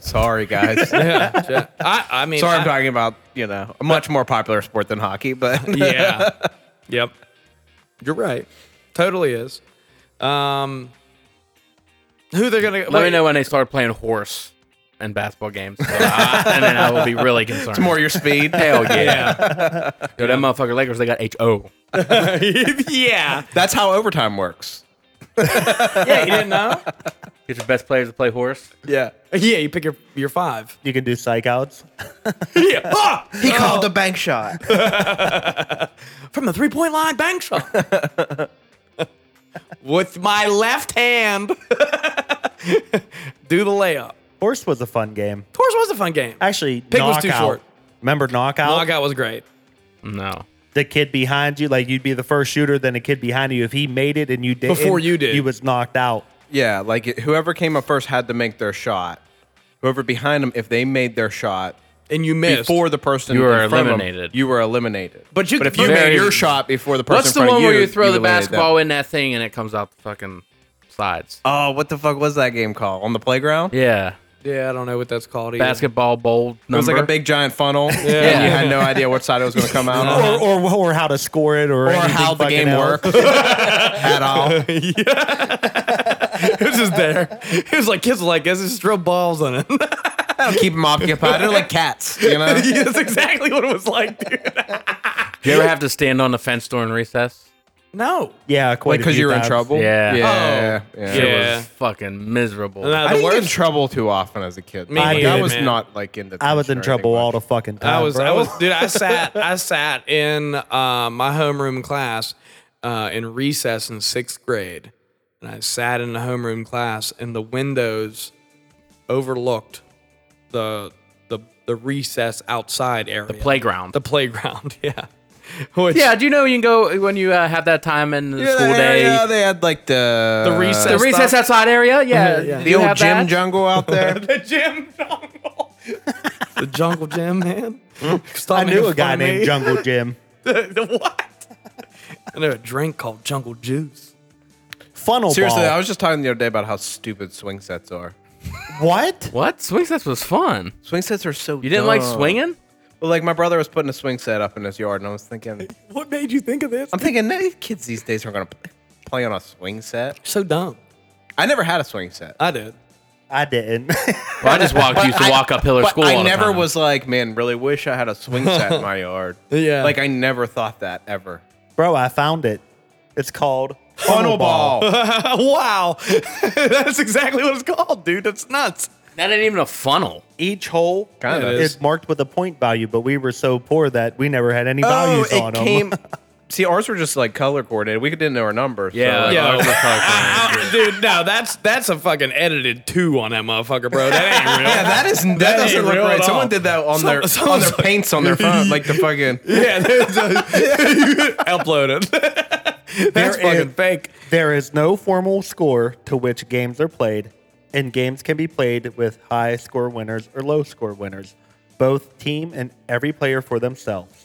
S4: sorry, [LAUGHS] guys.
S3: [LAUGHS]
S1: yeah, yeah. I, I mean,
S4: Sorry,
S1: I-
S4: I'm talking about you know a much more popular sport than hockey, but
S1: [LAUGHS]
S4: [LAUGHS]
S1: yeah, yep, you're right, totally is. Um, who they're gonna
S2: Let
S1: wait,
S2: me know when they start playing horse and basketball games. Uh, and then I will be really concerned.
S4: it's more your [LAUGHS] speed.
S2: Hell yeah. Yo, that motherfucker Lakers, they got HO. [LAUGHS]
S1: yeah,
S4: That's how overtime works.
S1: yeah, you didn't know?
S2: Get your best players to play horse.
S4: Yeah,
S1: Yeah, you pick your your five.
S3: you can do psych outs.
S1: Yeah, [LAUGHS] Ah!
S4: he called the bank shot.
S1: [LAUGHS] from the three point line bank shot with my left hand. [LAUGHS] Do the layup.
S3: Horse was a fun game.
S1: Horse was a fun game.
S3: Actually,
S1: Pig was
S3: knockout.
S1: too short.
S3: Remember knockout?
S1: Knockout was great.
S2: No.
S3: The kid behind you, like you'd be the first shooter, then the kid behind you. If he made it and you did
S1: Before you did.
S3: you was knocked out.
S4: Yeah, like it- whoever came up first had to make their shot. Whoever behind them, if they made their shot
S1: And you missed.
S4: before the person
S2: You were
S4: in front of 'em,
S2: eliminated.
S4: you were eliminated.
S1: But you-
S4: if you
S1: very-
S4: made your shot before the person,
S2: What's
S4: in
S2: the
S4: front of
S2: one where you
S4: you
S2: throw the
S4: eliminated them.
S2: basketball in that thing and it comes out the fucking sides?
S4: Oh, what the fuck was that game called on the playground?
S2: Uh, Yeah.
S1: yeah, I don't know what that's called. Either.
S2: Basketball bowl
S4: It
S2: number.
S4: was like a big giant funnel, and you had no idea what side it was going to come out on.
S3: Or, or or how to score it, or,
S4: or
S3: anything
S4: how the
S3: fucking
S4: game
S3: else. [LAUGHS]
S4: works at all.
S1: It was just there. [LAUGHS] It was like kids were like, "Let's just throw balls on it." [LAUGHS]
S4: Keep them occupied. They're like cats, you know.
S1: Yeah, that's exactly what it was like, dude.
S2: Do you ever have to stand on the fence during recess?
S1: No.
S3: Yeah, quite
S4: Like
S3: a
S4: because
S3: few
S4: you're in
S3: times.
S4: trouble.
S2: Yeah.
S4: yeah, yeah.
S1: Yeah.
S2: It was fucking miserable.
S1: And I- The
S4: I didn't get in
S1: worst-
S4: trouble too often as a kid.
S1: Me
S4: Like, I
S1: neither,
S4: was
S1: man.
S4: not like into.
S3: I was
S4: tension
S3: in
S4: or
S3: trouble
S4: anything
S3: all the
S4: much.
S3: fucking time.
S1: I was,
S3: bro.
S1: I was, dude. I sat, I sat in uh, my homeroom class uh, in recess in sixth grade, and I sat in the homeroom class, and the windows overlooked the the the recess outside area, the
S2: Playground.
S1: the playground. [LAUGHS] Yeah, Which,
S2: yeah, do you know you can go when you uh, have that time in the
S4: Yeah,
S2: school
S4: they-
S2: day?
S4: Yeah, they had like the
S1: The recess.
S2: The recess outside area? Yeah.
S1: Yeah.
S4: [LAUGHS]
S2: Do
S4: the
S2: you
S4: old
S2: have
S4: gym
S2: that?
S4: jungle out there.
S1: the gym jungle. the Jungle Jim man. [LAUGHS] Stop
S3: [LAUGHS] I knew
S1: making
S3: a guy
S1: fun of
S3: named
S1: me. [LAUGHS]
S3: Jungle Jim.
S1: what? I know a drink called Jungle Juice.
S3: Funnel
S4: Seriously,
S3: ball.
S4: I was just talking the other day about how stupid swing sets are.
S3: what?
S2: What? Swing sets was fun.
S4: Swing sets are so.
S2: You didn't like swinging?
S4: Well, like my brother was putting a swing set up in his yard, and I was thinking,
S1: What made you think of this?
S4: I'm thinking, these kids these days are gonna pl- play on a swing set.
S1: so dumb.
S4: I never had a swing set.
S1: I did.
S3: I didn't. [LAUGHS]
S2: Well, I just walked used to
S4: I-
S2: walk up Pillar
S4: but
S2: School.
S4: I
S2: all the
S4: never
S2: time.
S4: was like, man, really wish I had a swing set in my
S2: [LAUGHS]
S4: yard.
S1: Yeah.
S4: Like I never thought that ever.
S3: Bro, I found it. It's called
S4: Funnel ball.
S1: [LAUGHS] wow, that's exactly what it's called, dude. That's nuts.
S2: That ain't even a funnel.
S3: [LAUGHS] Each hole
S4: kind of.
S1: It
S3: is marked with a point value, but we were so poor that we never had any
S1: Oh,
S2: [LAUGHS]
S3: values on them.
S4: see, ours were just like color coordinated. We didn't know our numbers. so,
S2: Yeah,
S4: like,
S1: yeah.
S4: ours were color coordinated.
S1: Ow, [LAUGHS] dude, no, that's that's a fucking edited two on that motherfucker, bro. That ain't [LAUGHS] real.
S4: Yeah, that is that,
S1: That
S4: doesn't
S1: ain't
S4: look
S1: real
S4: right.
S1: at all.
S4: Someone did that on
S1: Some-
S4: their on
S1: someone's
S4: their
S1: like-
S4: paints on their phone, like the [LAUGHS] fucking.
S1: Yeah, there's a- [LAUGHS] upload it. That's
S3: There
S1: fucking
S3: is-
S1: fake.
S3: There is no formal score to which games are played, and games can be played with high score winners or low score winners, both team and every player for themselves.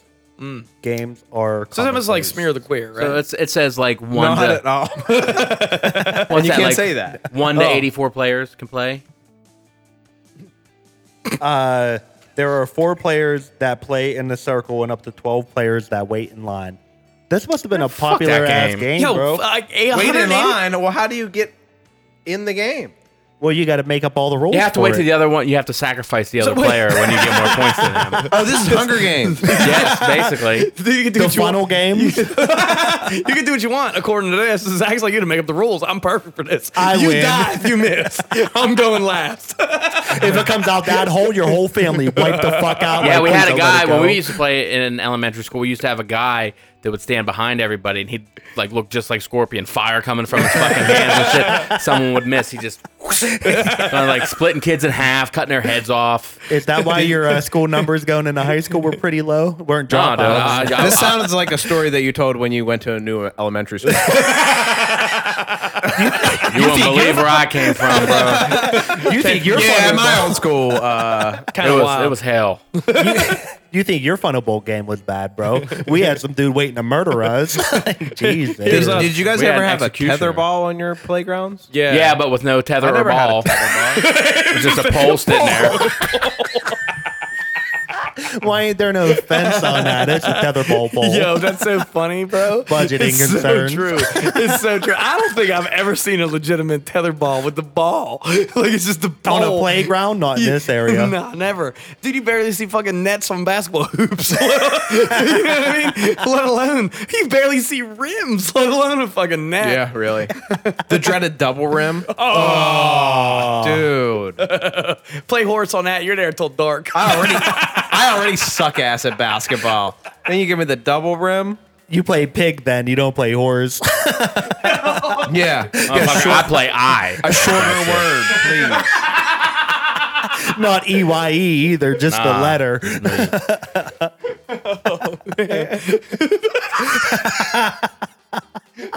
S3: Games are
S1: So that was Mm. like
S3: commonplace.
S1: smear the queer, right?
S2: So it's, it says like one to [LAUGHS]
S4: all.
S2: what's
S4: You
S2: that, Oh.
S4: can't
S2: like,
S4: say that.
S2: One to eighty-four players can play.
S3: Uh, there are four players that play in the circle, and up to twelve players that wait in line. This must have been a
S2: fuck that
S3: popular ass
S2: game.
S3: game,
S1: Yo,
S3: bro.
S1: like
S4: Wait
S1: 180
S4: in line. Well, how do you get in the game?
S3: well, you got to make up all the rules.
S2: You have to
S3: for
S2: wait
S3: it.
S2: till the other one. You have to sacrifice the other
S1: wait-
S2: player when you get more points than [LAUGHS] them.
S4: Oh, this is Hunger Games.
S2: yes, basically.
S1: You can do
S3: the
S1: what you want.
S3: funnel
S2: [LAUGHS]
S3: games.
S1: You can do what you want according to this. This acts like you to make up the rules. I'm perfect for this.
S3: I
S1: you
S3: win.
S1: die if you
S3: [LAUGHS]
S1: miss. I'm going last.
S3: if it comes out that hole, your whole family wipe the fuck out.
S2: Yeah,
S3: like,
S2: we
S3: please
S2: had a
S3: don't let
S2: guy
S3: it
S2: when
S3: go.
S2: we used to play in elementary school. We used to have a guy that would stand behind everybody, and he'd like look just like Scorpion, fire coming from his fucking hands and shit. Someone would miss, he just [LAUGHS] kinda, like splitting kids in half, cutting their heads off.
S3: Is that why your uh, school numbers going into high school were pretty low? Weren't
S2: Nah,
S3: dropouts?
S2: dude, I- I-
S4: This sounds like a story that you told when you went to a new elementary [LAUGHS] school.
S2: you won't believe where I came from, bro.
S1: [LAUGHS]
S3: you think your
S4: yeah,
S3: funnel
S4: my old school. Uh,
S1: Kind
S2: It
S1: of
S2: was
S1: wild.
S2: it was hell.
S3: you think your funnel bowl game was bad, bro? We had some dude waiting to murder
S2: [LAUGHS]
S3: us. Jesus.
S4: did,
S1: a-
S4: did you guys
S2: we had
S4: ever
S2: an
S4: have a
S2: executioner.
S4: tether ball on your playgrounds?
S1: yeah.
S2: Yeah, but with no tether or
S4: never had a
S2: ball. It was just a pole sitting there.
S3: Why ain't there no fence on that? It's a tether bowl bowl.
S1: Yo, that's so funny, bro.
S3: Budgeting
S1: it's
S3: concerns.
S1: So true. It's so true. I don't think I've ever seen a legitimate tetherball with the ball. [LAUGHS] Like it's just the
S3: On
S1: ball
S3: a playground, not in this
S1: [LAUGHS]
S3: area.
S1: Nah, never. Dude, you barely see fucking nets on basketball hoops. [LAUGHS] you know what I mean? Let alone you barely see rims, [LAUGHS] let alone a fucking net.
S4: Yeah, really. the dreaded double rim. Oh, dude.
S1: Play horse on that. You're there till dark.
S4: [LAUGHS]
S1: [LAUGHS]
S4: I already, I already suck ass at basketball. Then you give me the double rim.
S3: You play pig then, you don't play horse.
S4: Yeah,
S2: Motherfucker, I play I.
S4: a [LAUGHS] shorter word, please.
S3: not EYE either, just the letter.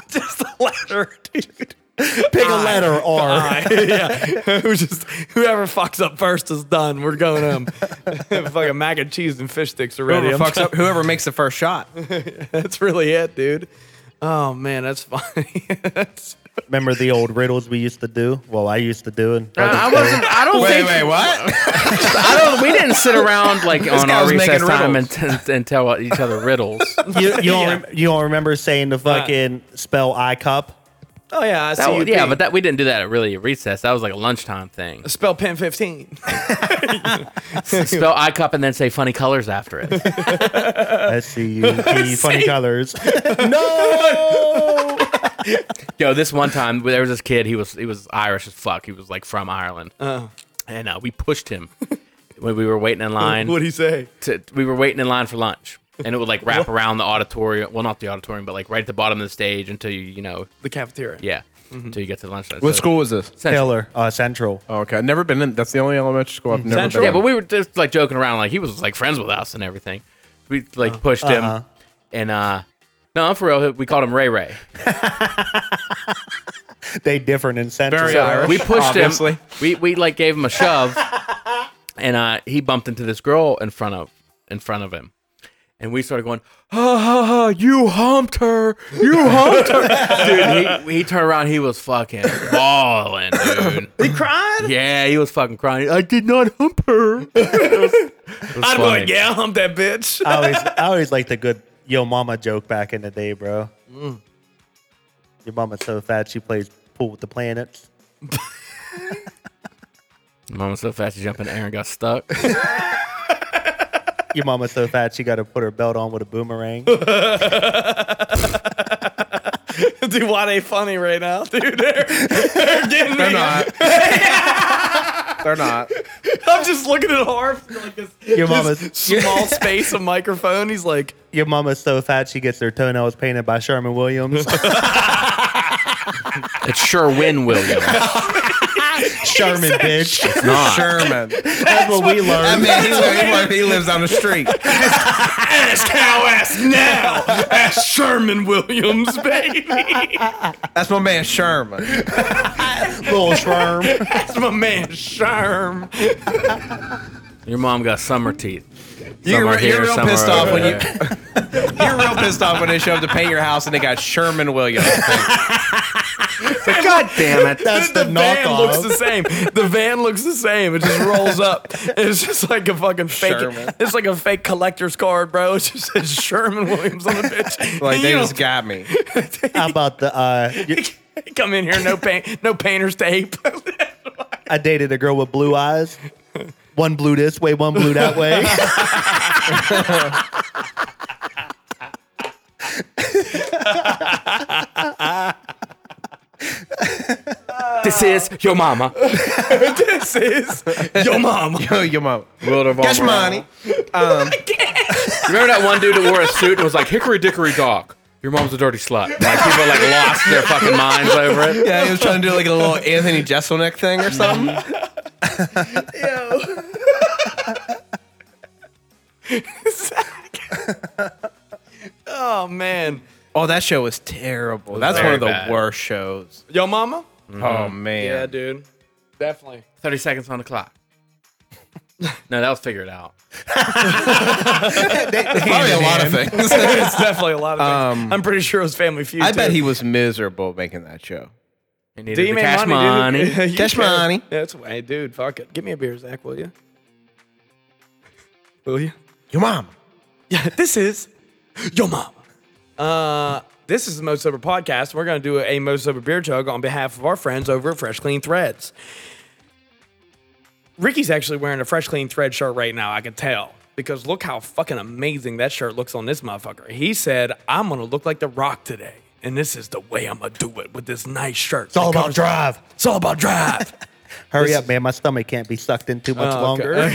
S1: Just the letter, dude.
S3: Pick a letter R.
S1: [LAUGHS] yeah. Who just whoever fucks up first is done. We're going home. [LAUGHS] fucking mac and cheese and fish sticks are ready.
S4: Whoever
S1: I'm
S4: fucks up, whoever makes the first shot.
S1: [LAUGHS] That's really it, dude. Oh man, that's funny. [LAUGHS] That's-
S3: Remember the old riddles we used to do? Well, I used to do and
S2: I wasn't. I don't
S4: Wait,
S2: think.
S4: wait, what?
S2: I don't. We didn't sit around like on
S4: guy
S2: our
S4: was making
S2: recess time and, and, and tell each other riddles.
S3: you, you, don't rem- you don't remember saying the fucking spell I cup?
S1: oh yeah, I see.
S2: That
S1: you
S2: was, yeah,
S1: being-
S2: but that we didn't do that at really at recess. That was like a
S1: [LAUGHS]
S2: lunchtime thing.
S1: spell pen fifteen.
S2: Spell I cup and then say funny colors after it.
S1: [LAUGHS]
S3: S C U P funny colors.
S2: Yo, this one time there was this kid. He was he was Irish as fuck. He was like from Ireland,
S1: Uh-huh.
S2: and uh, we pushed him when we were waiting in line.
S1: What'd he say?
S2: to, we were waiting in line for lunch, and it would like
S1: [LAUGHS]
S2: wrap around the auditorium. Well, not the auditorium, but like right at the bottom of the stage until you you know
S1: The cafeteria. Mm-hmm.
S2: yeah until you get to the lunch. line.
S4: What
S2: So-
S4: school was this?
S2: Central.
S3: Taylor, uh, Central.
S4: Oh, okay, I've never been in. That's the only elementary school I've never
S1: Central?
S2: Yeah,
S4: been.
S2: but we were just like joking around, like he was like friends with us and everything. We
S1: Uh-huh.
S2: like pushed him, and uh, no, for real, we called him Ray Ray.
S3: They different in Central.
S4: Very Irish.
S2: We pushed
S1: [LAUGHS]
S4: Obviously.
S2: him. We we like gave him a shove, and uh, he bumped into this girl in front of in front of him, and we started going, ha ha ha, you humped her, you
S1: [LAUGHS]
S2: humped her, dude. He, he turned around, he was fucking balling, dude.
S1: [LAUGHS] He cried?
S2: Yeah, he was fucking crying. I did not hump her. [LAUGHS] It was- it
S1: I'd
S2: was
S1: be
S2: funny.
S1: like, yeah, hump that bitch.
S3: I always, I always liked the good yo mama joke back in the day, bro. Your mama's so fat she plays pool with the planets.
S2: Mom was so fast, she jumped in the air and got stuck.
S3: Your mama's so fat she got to put her belt on with
S4: [LAUGHS]
S3: a boomerang.
S1: [LAUGHS] dude, why they funny right now, dude? [LAUGHS] They're, they're getting
S4: They're
S1: me.
S4: not. [LAUGHS] They're not.
S1: I'm just looking at Harv like this,
S3: Your
S1: this
S3: mama's-
S4: [LAUGHS]
S1: small space of microphone. He's like,
S3: Your mama's so fat she gets her toenails painted by
S4: [LAUGHS]
S3: Sherman Williams.
S2: It's Sherwin
S4: [LAUGHS]
S2: Williams.
S3: Sherman, bitch.
S4: It's not. Sherman.
S3: That's what we
S4: I
S3: learned.
S4: mean, he, lives- he lives on the street.
S1: ass cow ass [LAUGHS] now. Ass Sherman Williams, baby.
S4: That's my man Sherman.
S3: Little sperm.
S1: That's my man Sherm.
S2: Your mom got summer teeth.
S4: You,
S2: Some are
S4: are
S2: here,
S4: real
S2: some are
S4: pissed
S2: over
S4: off when you.
S2: there.
S4: [LAUGHS] You're real pissed off when they show up to paint your house and they got Sherman Williams. [LAUGHS] It's like, God damn it!
S3: That's the,
S1: the van looks
S3: knockoff.
S1: the same. The van looks the same. It just rolls up. It's just like a fucking fake.
S4: Sherman.
S1: It's like a fake collector's card, bro. It just says Sherman Williams on the bitch.
S4: [LAUGHS] Like
S1: You
S4: they
S1: know,
S4: just got [LAUGHS] me.
S3: How about the? Uh, y-
S1: [LAUGHS] come in here, no paint, no painter's
S4: [LAUGHS]
S1: tape.
S3: I dated a girl with blue eyes. One blew this way, one blew that way.
S2: This is
S1: [LAUGHS]
S2: your mama.
S1: Oh, this is your mom.
S4: [LAUGHS] Yo, your mom.
S2: World of
S4: Cash
S2: Armor.
S4: money.
S2: Remember that one dude that wore a suit and was like, Hickory Dickory Dock. Your mom's a dirty slut. Like people like lost their fucking minds over it.
S4: Yeah, he was trying to do like a little Anthony Jeselnik thing or something.
S1: Oh man,
S4: Oh, that show was terrible. That's
S2: Very
S4: one of the
S2: bad.
S4: worst shows.
S1: yo mama.
S4: Oh man.
S1: Yeah, dude, definitely. [LAUGHS]
S2: Thirty seconds on the clock. No, that was figured out.
S4: Probably a lot of things.
S1: it's definitely a lot of things.
S4: Um,
S1: I'm pretty sure it was Family Feud.
S4: I bet
S1: too.
S4: he was miserable making that show.
S2: He needed
S1: D
S2: the
S1: made
S2: cash
S1: money. [LAUGHS]
S2: money.
S1: dude. You
S4: Cash
S1: care.
S4: money.
S1: That's hey, dude. Fuck it. Give me a beer, Zach. Will you? Will you?
S4: [LAUGHS] Your mom.
S1: Yeah, this is your mom. Uh, this is the Most Sober Podcast. We're going to do a Most Sober beer chug on behalf of our friends over at Fresh Clean Threads. Ricky's actually wearing a Fresh Clean Thread shirt right now. I can tell because look how fucking amazing that shirt looks on this motherfucker. He said, "I'm going to look like The Rock today." And this is the way I'm gonna do it with this nice shirt. It's
S3: all about drive.
S1: It's all about drive.
S3: Hurry up, man. My stomach can't be sucked in too much
S4: Oh,
S3: longer.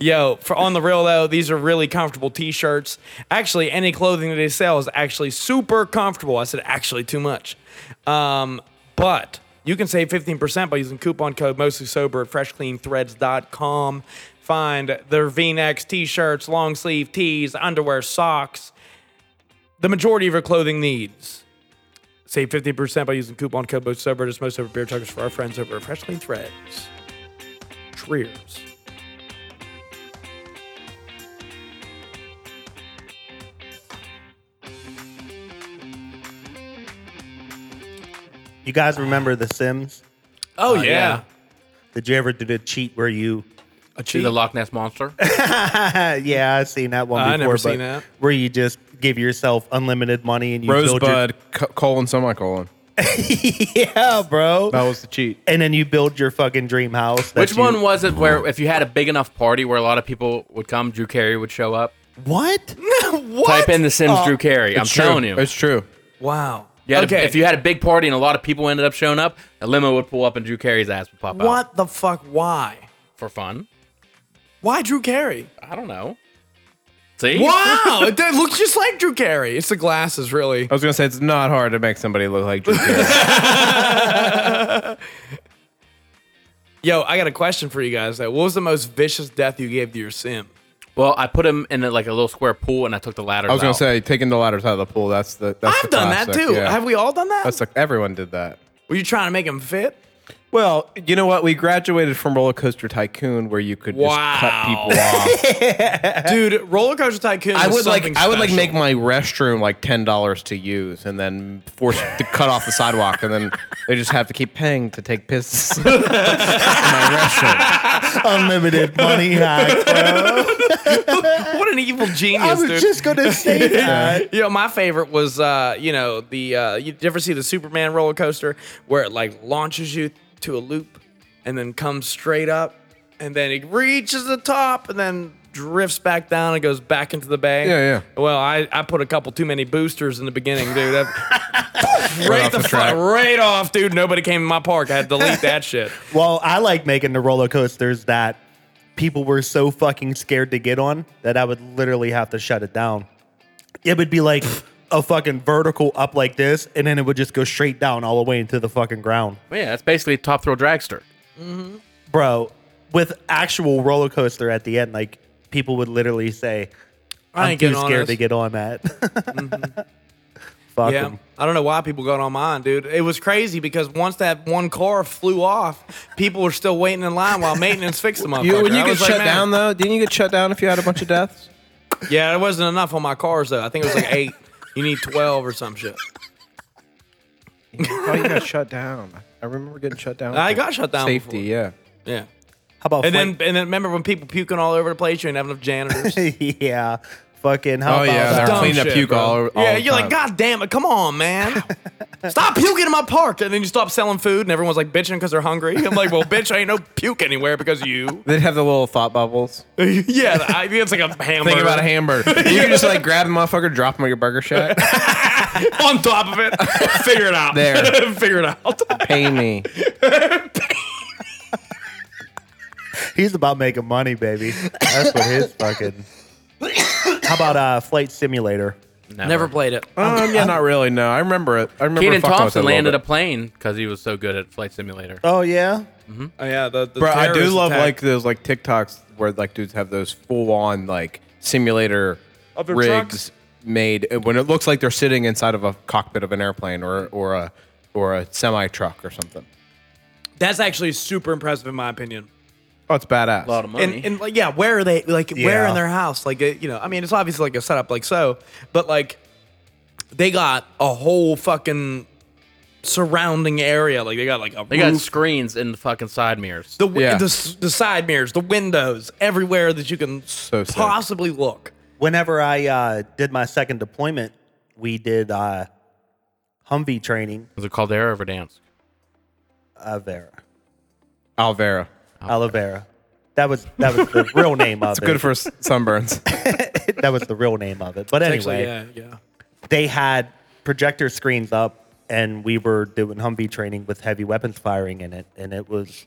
S1: Yo, for on the real though, these are really comfortable t-shirts. Actually, any clothing that they sell is actually super comfortable. I said actually too much. Um, but you can save 15% by using coupon code mostly sober at freshcleanthreads.com. Find their V-necks, t-shirts, long sleeve tees, underwear, socks, the majority of your clothing needs. Save 15% by using coupon code mostly sober at most sober beer tuggers for our friends over at Fresh Clean Threads. Cheers.
S3: You guys remember The Sims?
S1: Oh
S2: yeah.
S3: Did you ever do the cheat where you?
S2: She's a Loch Ness [LAUGHS] monster.
S3: Uh, [LAUGHS] yeah, I've seen that one.
S1: I
S3: Before,
S1: never seen
S3: but
S1: that.
S3: Where you just give yourself unlimited money and you build your,
S4: Rosebud, co- colon, semicolon.
S3: [LAUGHS] yeah, bro.
S4: That was the cheat.
S3: And then you build your fucking dream house. that
S2: Which
S3: you-
S2: one was it where if you had a big enough party where a lot of people would come, Drew Carey would show up?
S1: [LAUGHS]
S3: What?
S2: Type in the Sims Drew Carey. I'm
S4: It's true.
S2: telling you.
S4: It's true.
S1: Wow.
S2: You had a-
S1: okay.
S2: if you had a big party and a lot of people ended up showing up, a limo would pull up and Drew Carey's ass would pop out
S1: what the fuck? Why?
S2: for fun.
S1: Why Drew
S4: [LAUGHS]
S1: Carey?
S2: I don't know. See?
S1: Wow, [LAUGHS] it did- looks just like Drew Carey. It's the glasses, really.
S4: I was gonna say it's not hard to make somebody look like Drew Carey.
S1: Yo, I got a question for you guys. Though, what was the most vicious death you gave to your sim?
S2: Well, I put him in like a little square pool and I took the ladder.
S4: I was gonna say taking the ladders out of the pool. That's the. That's
S1: I've
S4: the
S1: done that
S4: classic,
S1: too.
S4: yeah.
S1: Have we all done that?
S4: That's like everyone did that. [LAUGHS]
S1: Were you trying to make him fit?
S4: Well, you know what? We graduated from Roller Coaster Tycoon, where you could just cut
S1: Wow. [LAUGHS]
S4: people off.
S1: dude. Roller Coaster Tycoon.
S4: I
S1: was
S4: would like,
S1: something
S4: I would like
S1: special.
S4: make my restroom like ten dollars to use, and then force to cut off the sidewalk, and then they just have to keep paying to take piss. [LAUGHS] in my restroom.
S1: [LAUGHS]
S3: [LAUGHS] Unlimited money hack. bro.
S1: What an evil genius,
S3: I was
S1: dude.
S3: just gonna say that.
S1: You know, my favorite was, uh, you know, the uh, you ever see the Superman roller coaster where it like launches you to a loop and then comes straight up and then it reaches the top and then drifts back down and goes back into the bay.
S4: Yeah, yeah.
S1: Well, I, I put a couple too many boosters in the beginning, dude. That, [LAUGHS]
S4: [LAUGHS]
S1: right,
S4: off
S1: the,
S4: the
S1: fu-
S4: track.
S1: right off, dude. Nobody came to my park. I had to delete that shit.
S3: Well, I like making the roller coasters that people were so fucking scared to get on that I would literally have to shut it down. It would
S1: [LAUGHS]
S3: be like a fucking vertical up like this, and then it would just go straight down all the way into the fucking ground.
S2: Well, yeah, that's basically Top Thrill Dragster.
S3: Bro, with actual roller coaster at the end, like people would literally say,
S1: I
S3: [LAUGHS] I'm
S1: ain't
S3: too
S1: getting on
S3: scared
S1: this. Mm-hmm.
S3: to get on that. [LAUGHS] Fuck 'em.
S1: I don't know why people got on mine, dude. It was crazy because once that one car flew off, people were still waiting in line while maintenance fixed them up.
S4: You, when you get shut down though, didn't you get shut down if you had a bunch of deaths?
S1: Yeah, there wasn't enough on my cars though. I think it was [LAUGHS] like eight. You need twelve or some shit.
S4: Oh, you [LAUGHS] got shut down. I remember getting shut down.
S1: I got shut down
S4: Safety, yeah.
S1: Yeah.
S3: How about
S1: And then
S3: Flight-
S1: and then remember when people puking all over the place, you didn't have enough janitors. [LAUGHS]
S3: [LAUGHS] yeah, fucking how
S4: Oh,
S3: about
S4: yeah,
S3: that?
S4: they're
S1: Dumb
S4: cleaning up
S1: shit,
S4: puke
S1: bro.
S4: all over- all
S1: Yeah,
S4: the
S1: you're like,
S4: time.
S1: God damn it, come on, [LAUGHS] man. Stop puking in my park. And then you stop selling food and everyone's like bitching because they're hungry. I'm like, well, bitch, ain't no puke anywhere because of you.
S4: They'd have the little thought bubbles.
S1: [LAUGHS] yeah, I, it's like a hamburger.
S4: [LAUGHS] Think about a hamburger. [LAUGHS] You can just like grab a motherfucker, drop him at your burger shack.
S1: [LAUGHS] on top of [LAUGHS] it. Figure it out.
S4: There.
S1: [LAUGHS] Figure it out.
S4: Pay me.
S3: [LAUGHS] He's about making money, baby. That's
S1: [LAUGHS]
S3: what his fucking. How about uh, flight simulator?
S1: Never played it.
S4: Um, yeah, not really. No, I remember it. I remember.
S2: Keenan
S4: fucking with it
S2: Thompson
S4: little
S2: landed a
S4: bit.
S2: plane because he was so good at Flight Simulator.
S3: Oh yeah,
S1: Oh, yeah, the, the
S4: Bro, I do
S1: terrorist
S4: love
S1: attack.
S4: like those like TikToks where like dudes have those full on like simulator
S1: Of their
S4: rigs
S1: trucks?
S4: made uh, when it looks like they're sitting inside of a cockpit of an airplane or or a or a semi truck or something.
S1: that's actually super impressive in my opinion.
S4: Oh, it's badass.
S1: And, and like, yeah, where are they? Like, where
S3: Yeah.
S1: in their house? Like, uh, you know, I mean, it's obviously like a setup, like so, but like, they got a whole fucking surrounding area. Like, they got like a
S2: they got
S1: roof,
S2: screens in the fucking side mirrors.
S1: the, wi-
S4: Yeah.
S1: the s- the side mirrors, the windows, everywhere that you can
S4: So sick.
S1: possibly look.
S3: whenever I uh, did my second deployment, we did uh, Humvee training.
S2: Was it called the Air Overdance?
S3: Uh, Vera,
S4: Alvera.
S3: Olivera. That was that was the
S1: [LAUGHS]
S3: real name of
S4: It's
S3: it.
S4: good for s- sunburns.
S3: that was the real name of it. But anyway,
S1: Actually, yeah, yeah.
S3: they had projector screens up and we were doing Humvee training with heavy weapons firing in it and it was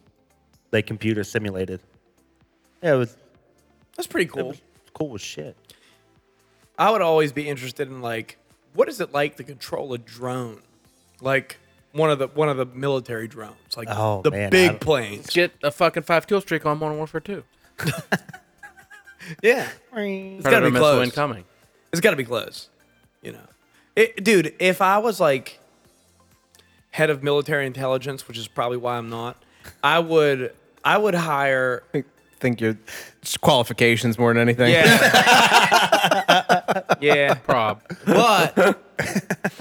S3: like computer simulated. Yeah, it was
S1: That's pretty cool.
S3: cool as shit.
S1: I would always be interested in like what is it like to control a drone? Like one of the one of the military drones, like
S3: Oh,
S1: the
S3: man, I
S1: big
S3: don't-
S1: planes.
S2: [LAUGHS] Get a fucking five kill streak on Modern Warfare 2.
S1: Yeah. gotta
S3: It's
S2: Predator
S1: be
S2: missile
S1: close.
S2: incoming.
S1: It's got to be close. You know. It, dude, if I was like head of military intelligence, which is probably why I'm not, I would I would
S4: [LAUGHS]
S1: hire
S4: I think your s- qualifications more than anything.
S1: Yeah. yeah.
S2: Prob.
S1: But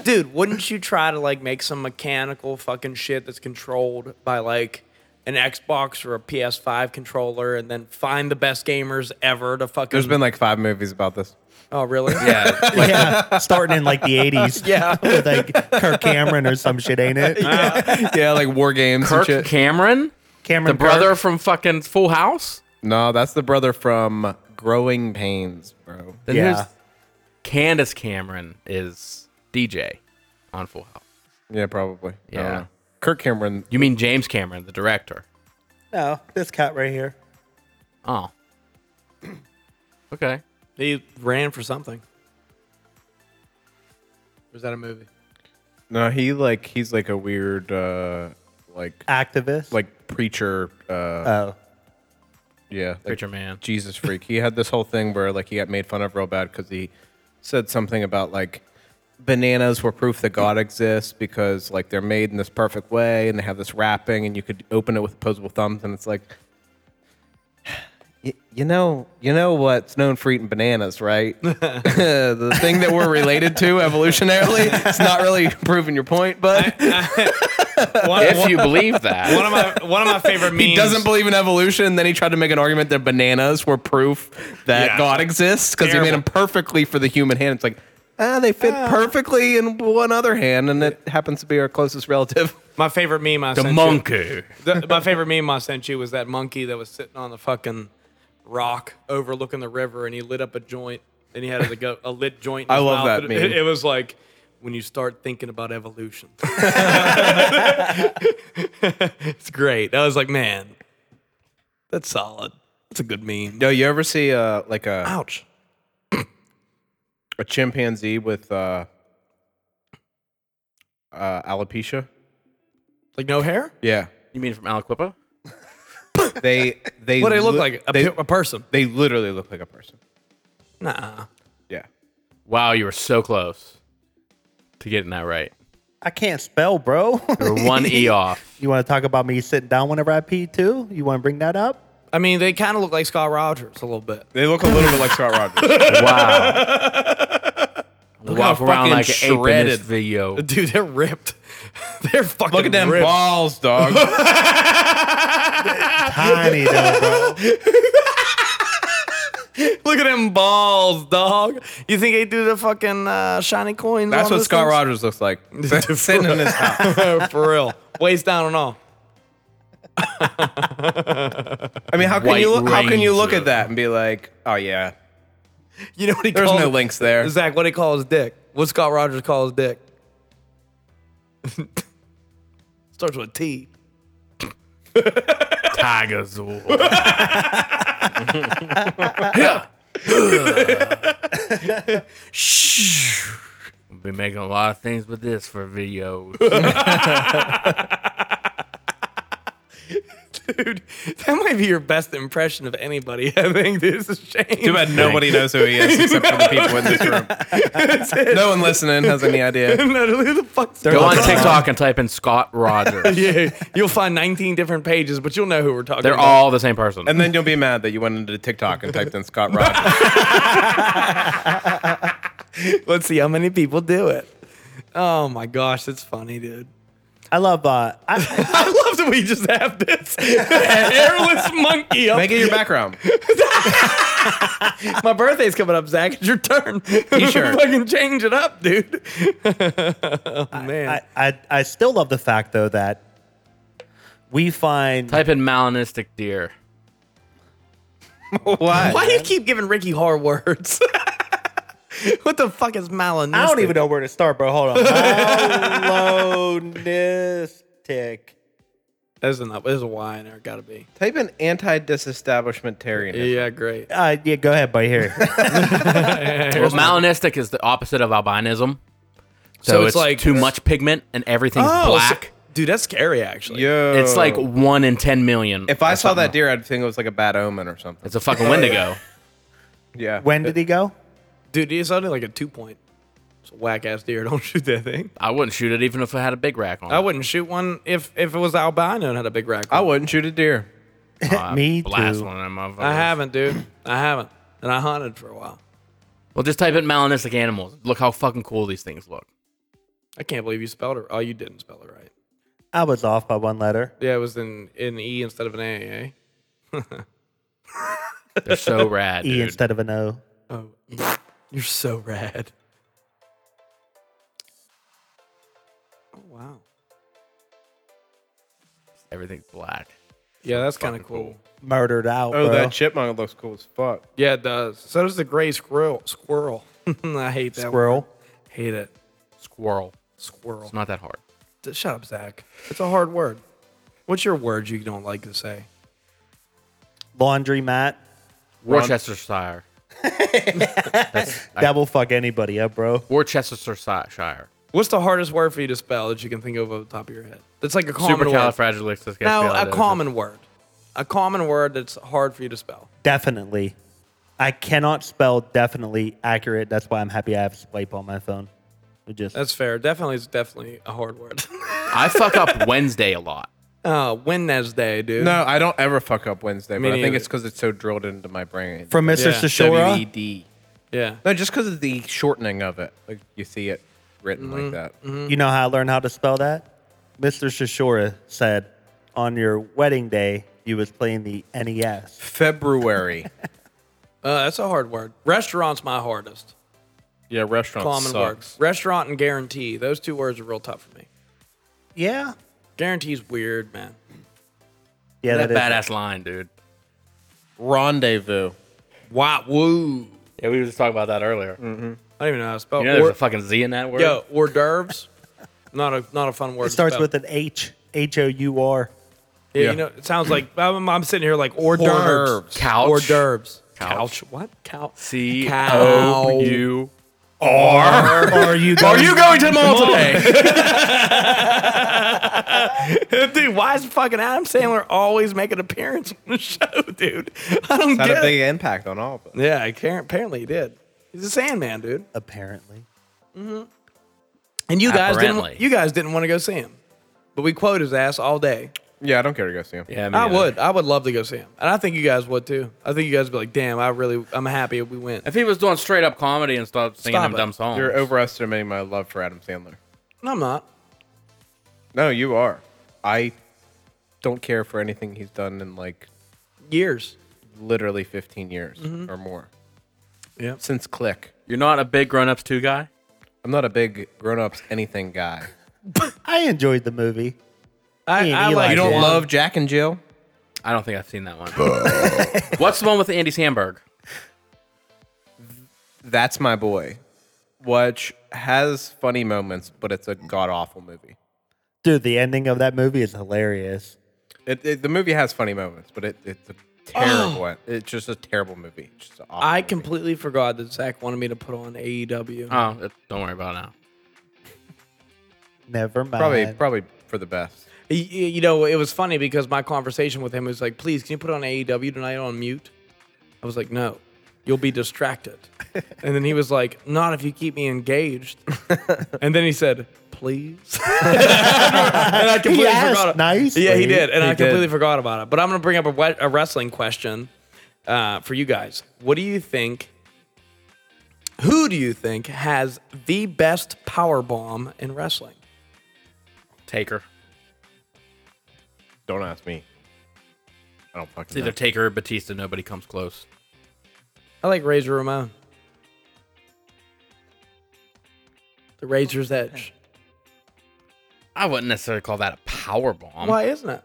S1: dude, wouldn't you try to like make some mechanical fucking shit that's controlled by like an Xbox or a PS5 controller and then find the best gamers ever to fucking
S4: There's been like five movies about this.
S1: Oh, really? [LAUGHS]
S2: Yeah.
S3: yeah, starting in like the 80s.
S1: Yeah.
S3: [LAUGHS] With like Kirk Cameron or some shit, ain't it?
S4: yeah, like war games
S2: Kirk
S4: and shit.
S2: Cameron?
S3: Cameron
S2: The brother
S3: Kirk.
S2: from fucking Full House?
S4: no, that's the brother from Growing Pains, bro.
S2: Then
S3: Yeah.
S2: who's- Candace Cameron is DJ on Full House.
S4: Yeah, probably. I don't
S2: Yeah.
S4: know. Kirk Cameron.
S2: You mean James Cameron, the director?
S3: No, this cat right here.
S2: Oh. Okay.
S1: [LAUGHS] They ran for something. Was that a movie?
S4: No, he like he's like a weird uh like
S3: Activist.
S4: like preacher uh
S3: oh.
S4: yeah, like
S2: Preacher man. [LAUGHS]
S4: Jesus freak. He had this whole thing where like he got made fun of real bad cuz he said something about like bananas were proof that God exists because like they're made in this perfect way and they have this wrapping and you could open it with opposable thumbs and it's like y- you know you know what's known for eating bananas
S2: [LAUGHS]
S4: right [LAUGHS] the thing that we're related to evolutionarily it's not really proving your point but
S1: One,
S2: If
S1: one-
S2: you believe that,
S1: one of my one of my favorite memes.
S4: [LAUGHS] he doesn't believe in evolution then he tried to make an argument that bananas were proof that
S1: Yeah.
S4: god exists because he made
S1: Terrible.
S4: them perfectly for the human hand it's like ah, they fit perfectly in one other hand and it happens to be our
S1: [LAUGHS]
S4: closest relative
S1: my favorite meme I
S2: the
S1: sent
S2: monkey.
S1: you. The- my favorite meme I sent you was that monkey that was sitting on the fucking rock overlooking the river, and he lit up a joint. Then he had a, go- a lit joint. in
S4: I
S1: his
S4: love
S1: mouth.
S4: that
S1: It-
S4: meme.
S1: it was like when you start thinking about
S4: [LAUGHS]
S1: evolution. it's great. I was like, man, that's solid. That's a good meme.
S4: No, you ever see uh, like a,
S1: Ouch.
S4: a chimpanzee with uh, uh, alopecia?
S1: Like no hair?
S4: Yeah,
S2: You mean from Aliquippa?
S4: [LAUGHS] they they
S1: What do they look
S4: li-
S1: like? A,
S4: They,
S1: pe- a person?
S4: they literally look like a person.
S1: Nah.
S4: Yeah,
S2: Wow, you were so close to getting that right.
S3: I can't spell, bro. [LAUGHS]
S2: You were one E off.
S3: you want to talk about me sitting down whenever I pee too? You want to bring that up?
S1: I mean, they kind of look like Scott Rogers a little bit. [LAUGHS]
S4: they look a little bit like Scott Rogers.
S2: Wow. Walk
S4: how
S2: around
S4: fucking
S2: like an ape in this
S4: shredded-
S2: [LAUGHS] video.
S1: Dude, they're ripped. [LAUGHS] they're fucking
S4: Look at them
S1: ripped.
S4: balls, [LAUGHS] dog.
S3: Tiny though, bro.
S1: Look at them balls, dog. You think they do the fucking uh, shiny coins?
S4: That's
S1: on
S4: what
S1: those
S4: Scott
S1: things?
S4: Rogers looks like. [LAUGHS] Sitting in his house. [LAUGHS]
S1: For real. Waist down and all.
S4: I mean, how can
S2: White
S4: you look, how can you look
S2: Ranger.
S4: at that and be like, oh yeah,
S1: You know what he
S4: there's
S1: calls
S4: no links there.
S1: Zach, what do he call his dick? What Scott Rogers calls his dick? [LAUGHS] Starts with a T.
S2: Tiger Zool. [LAUGHS] We'll be making a lot of things with this for videos.
S1: Dude, that might be your best impression of anybody. [LAUGHS] I think this is a shame.
S4: Too bad nobody knows who he is except for the people in [LAUGHS] this room. no one listening has any [LAUGHS] idea.
S1: No, [LAUGHS] who the fuck's
S2: [LAUGHS] Go on
S1: Yeah,
S2: TikTok and type in Scott [LAUGHS] Rogers.
S1: [LAUGHS] You'll find 19 different pages, but you'll know who we're talking
S2: They're
S1: about.
S2: all the same person.
S4: And then you'll be mad that you went into TikTok and typed in Scott Rogers.
S1: Let's see how many people do it. Oh my gosh, that's funny, dude. [LAUGHS]
S3: I love. Uh, I,
S1: I love that we just have this [LAUGHS] hairless monkey up.
S4: Make it your background.
S1: My birthday's coming up, Zach. [LAUGHS] It's your turn. [LAUGHS] You
S4: sure?
S1: Fucking change it up, dude. oh, man.
S3: I, I I still love the fact though that we find
S2: type in malinistic deer.
S4: Why?
S1: Why do you keep giving Ricky hard words? what the fuck is malinistic?
S3: I don't even know where to start, bro. Hold on. Malonistic.
S1: There's, enough. There's a Y in there. Gotta be.
S4: Type in anti-disestablishmentarianism.
S1: Yeah, great.
S3: Uh, yeah, go ahead, buddy. Here.
S2: Well, malinistic is the opposite of albinism. So, it's, like too much pigment and everything's
S1: Oh, so-
S2: black.
S1: dude, that's scary, actually.
S4: Yo.
S2: it's like one in ten million.
S4: if I
S2: or
S4: saw that
S2: something.
S4: deer, I'd think it was like a bad omen or something.
S2: it's a fucking Wendigo.
S4: Yeah.
S3: When did he go?
S1: Dude, it's only like a two point. It's a whack ass deer. [LAUGHS] Don't shoot that thing.
S2: I wouldn't shoot it even if I had a big rack on.
S1: I
S2: it.
S1: wouldn't shoot one if if it was albino and had a big rack.
S4: I
S1: on it.
S4: wouldn't shoot a deer.
S2: Uh,
S3: Me
S2: blast
S3: too.
S2: one of them motherfuckers.
S1: I haven't, dude. [CLEARS THROAT] I haven't, and I hunted for a while.
S2: Well, just type in melanistic animals. Look how fucking cool these things look.
S1: I can't believe you spelled it. Oh, you didn't spell it right.
S3: I was off by one letter.
S1: Yeah, it was an an e instead of an a. Eh?
S2: They're so rad,
S3: E
S2: dude.
S3: instead of an O.
S1: Oh, E. you're so rad. Oh wow.
S2: Everything's black.
S1: Yeah, that's kind of
S2: Fucking cool.
S1: cool.
S3: Murdered out.
S4: Oh,
S3: bro.
S4: that chipmunk looks cool as fuck.
S1: Yeah, it does. So does the gray squirrel. Squirrel. [LAUGHS] I hate that. Squirrel.
S3: squirrel.
S1: Hate it.
S2: Squirrel.
S1: Squirrel.
S2: It's not that hard.
S1: D- Shut up, Zach. It's a hard word. What's your word you don't like to say?
S3: Laundry mat.
S2: Worcestershire.
S3: That will fuck anybody up, bro.
S2: Worcestershire.
S1: What's the hardest word for you to spell that you can think of off the top of your head? That's like a common word.
S2: Supercalifragilisticexpialidocious.
S1: No, a common word. A common word that's hard for you to spell.
S3: Definitely. I cannot spell definitely accurate. That's why I'm happy I have Skype on my phone. It just
S1: That's fair. Definitely is definitely a hard word. [LAUGHS]
S2: I fuck up Wednesday a lot.
S1: uh, Wednesday, dude.
S4: No, I don't ever fuck up Wednesday,
S1: Me
S4: but I think
S1: neither.
S4: it's because it's so drilled into my brain.
S3: from Mr.
S1: Yeah.
S4: E
S3: Sashora.
S4: WED.
S1: Yeah.
S4: No, just because of the shortening of it. Like you see it written like that.
S3: You know how I learned how to spell that? Mr. Shishura said, on your wedding day, you was playing the E NES.
S4: February.
S1: Uh, that's a hard word. Restaurant's my hardest.
S4: yeah, restaurant
S1: Common
S4: sucks.
S1: word. Restaurant and guarantee. Those two words are real tough for me.
S3: Yeah.
S1: Guarantee's weird, man.
S3: Yeah,
S2: That,
S3: that is.
S2: badass line, dude.
S4: Rendezvous.
S1: Wow. Woo.
S2: Yeah, we were just talking about that earlier.
S1: I don't even know how to spell.
S2: You know, there's
S1: Or-
S2: a fucking Z in that word.
S1: yo, hors d'oeuvres. not a not a fun word.
S3: It starts with an H, H O U R.
S1: Yeah,
S4: Yeah.
S1: you know, it sounds like I'm, I'm sitting here like hors
S4: Hors
S1: d'oeuvres.
S4: d'oeuvres.
S2: Couch.
S1: Hors d'oeuvres.
S2: Couch.
S1: What? Couch.
S2: C
S1: Cow.
S2: O U.
S3: Or are you going?
S2: going to the mall today?
S1: [LAUGHS] dude, why is fucking Adam Sandler always make an appearance on the show, dude? I don't
S4: Had
S1: get
S4: a
S1: it.
S4: big impact on all of us.
S1: Yeah, I can't- apparently he did. He's a Sandman, dude.
S3: Apparently.
S1: And you guys
S2: Apparently.
S1: didn't. You guys didn't want to go see him, but we quote his ass all day.
S4: Yeah, I don't care to go see him.
S2: yeah, me
S1: I
S2: neither.
S1: would. I would love to go see him, and I think you guys would too. I think you guys would be like, "Damn, I really, I'm happy we went."
S2: If he was doing straight up comedy and stopped singing
S1: Stop
S2: them
S1: it.
S2: dumb songs,
S4: You're overestimating my love for Adam Sandler.
S1: No, I'm not.
S4: No, you are. I don't care for anything he's done in like
S1: Years.
S4: literally 15 years or more.
S1: Yep.
S4: Since Click.
S2: You're not a big grown ups two guy.
S4: I'm not a big grown ups anything guy.
S3: I enjoyed the movie.
S1: I,
S3: Me and
S1: I
S3: Eli
S1: like.
S4: You don't
S3: Yeah.
S4: love Jack and Jill?
S2: I don't think I've seen that one. What's the one with Andy Samberg?
S4: That's My Boy, which has funny moments, but it's a god awful movie.
S3: Dude, the ending of that movie is hilarious.
S4: It, it, the movie has funny moments, but it, it's a terrible. It's just a terrible movie. It's Just an awful
S1: I
S4: movie.
S1: completely forgot that Zach wanted me to put on E AEW.
S2: Oh, it- don't worry about it now.
S3: Never mind.
S4: probably probably for the best.
S1: Y- y- You know, it was funny because my conversation with him was like, "Please, can you put on AEW tonight on mute?" I was like, "No, you'll be distracted." and then he was like, "Not if you keep me [LAUGHS] engaged." and then he said, "Please." [LAUGHS] and I completely
S3: asked
S1: forgot. it.
S3: nicely.
S1: Yeah, he did, and I
S4: He did.
S1: completely forgot about it. But I'm gonna bring up a, we- a wrestling question uh, for you guys. What do you think? Who do you think has the best power bomb in wrestling?
S2: Taker.
S4: Don't ask me. I don't
S2: It's
S4: fucking
S2: either
S4: know.
S2: Taker or Batista. Nobody comes close.
S1: I like Razor Ramon. The Razor's Edge.
S2: I wouldn't necessarily call that a power bomb.
S1: Why isn't it?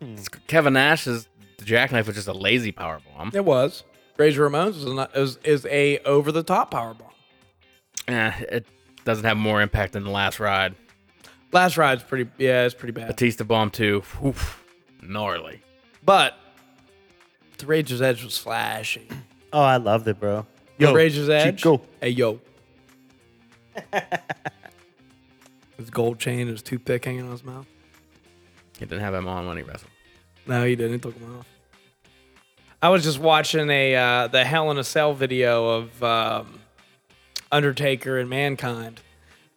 S2: It's- Kevin Nash's jackknife was just a lazy power bomb.
S1: It was. Razor Ramon's is, not, is, is a over the top power bomb.
S2: Eh, it doesn't have more impact than the last ride.
S1: Last ride's pretty yeah, it's pretty bad.
S2: Batista bomb too. Oof, gnarly.
S1: But the Razor's Edge was flashy.
S3: Oh, I loved it, bro. Yo,
S1: the Razor's Edge.
S3: Chico.
S1: Hey yo. [LAUGHS] his gold chain and his toothpick hanging on his mouth.
S2: He didn't have him on when he wrestled.
S1: No, he didn't. He took him off. I was just watching a uh, the Hell in a Cell video of um, Undertaker and Mankind.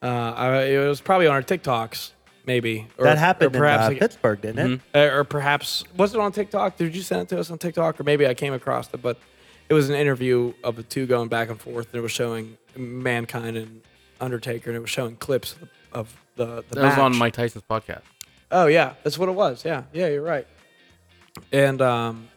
S1: Uh, I, it was probably on our TikToks, maybe. Or,
S3: That happened
S1: or
S3: in
S1: perhaps
S3: uh,
S1: like-
S3: Pittsburgh, didn't it?
S1: uh, or perhaps was it on TikTok? Did you send it to us on TikTok, or maybe I came across it? But it was an interview of the two going back and forth, and it was showing Mankind and Undertaker, and it was showing clips of the. the
S2: That was on
S1: match.
S2: Mike Tyson's podcast.
S1: Oh yeah, that's what it was. Yeah, yeah, you're right. And um,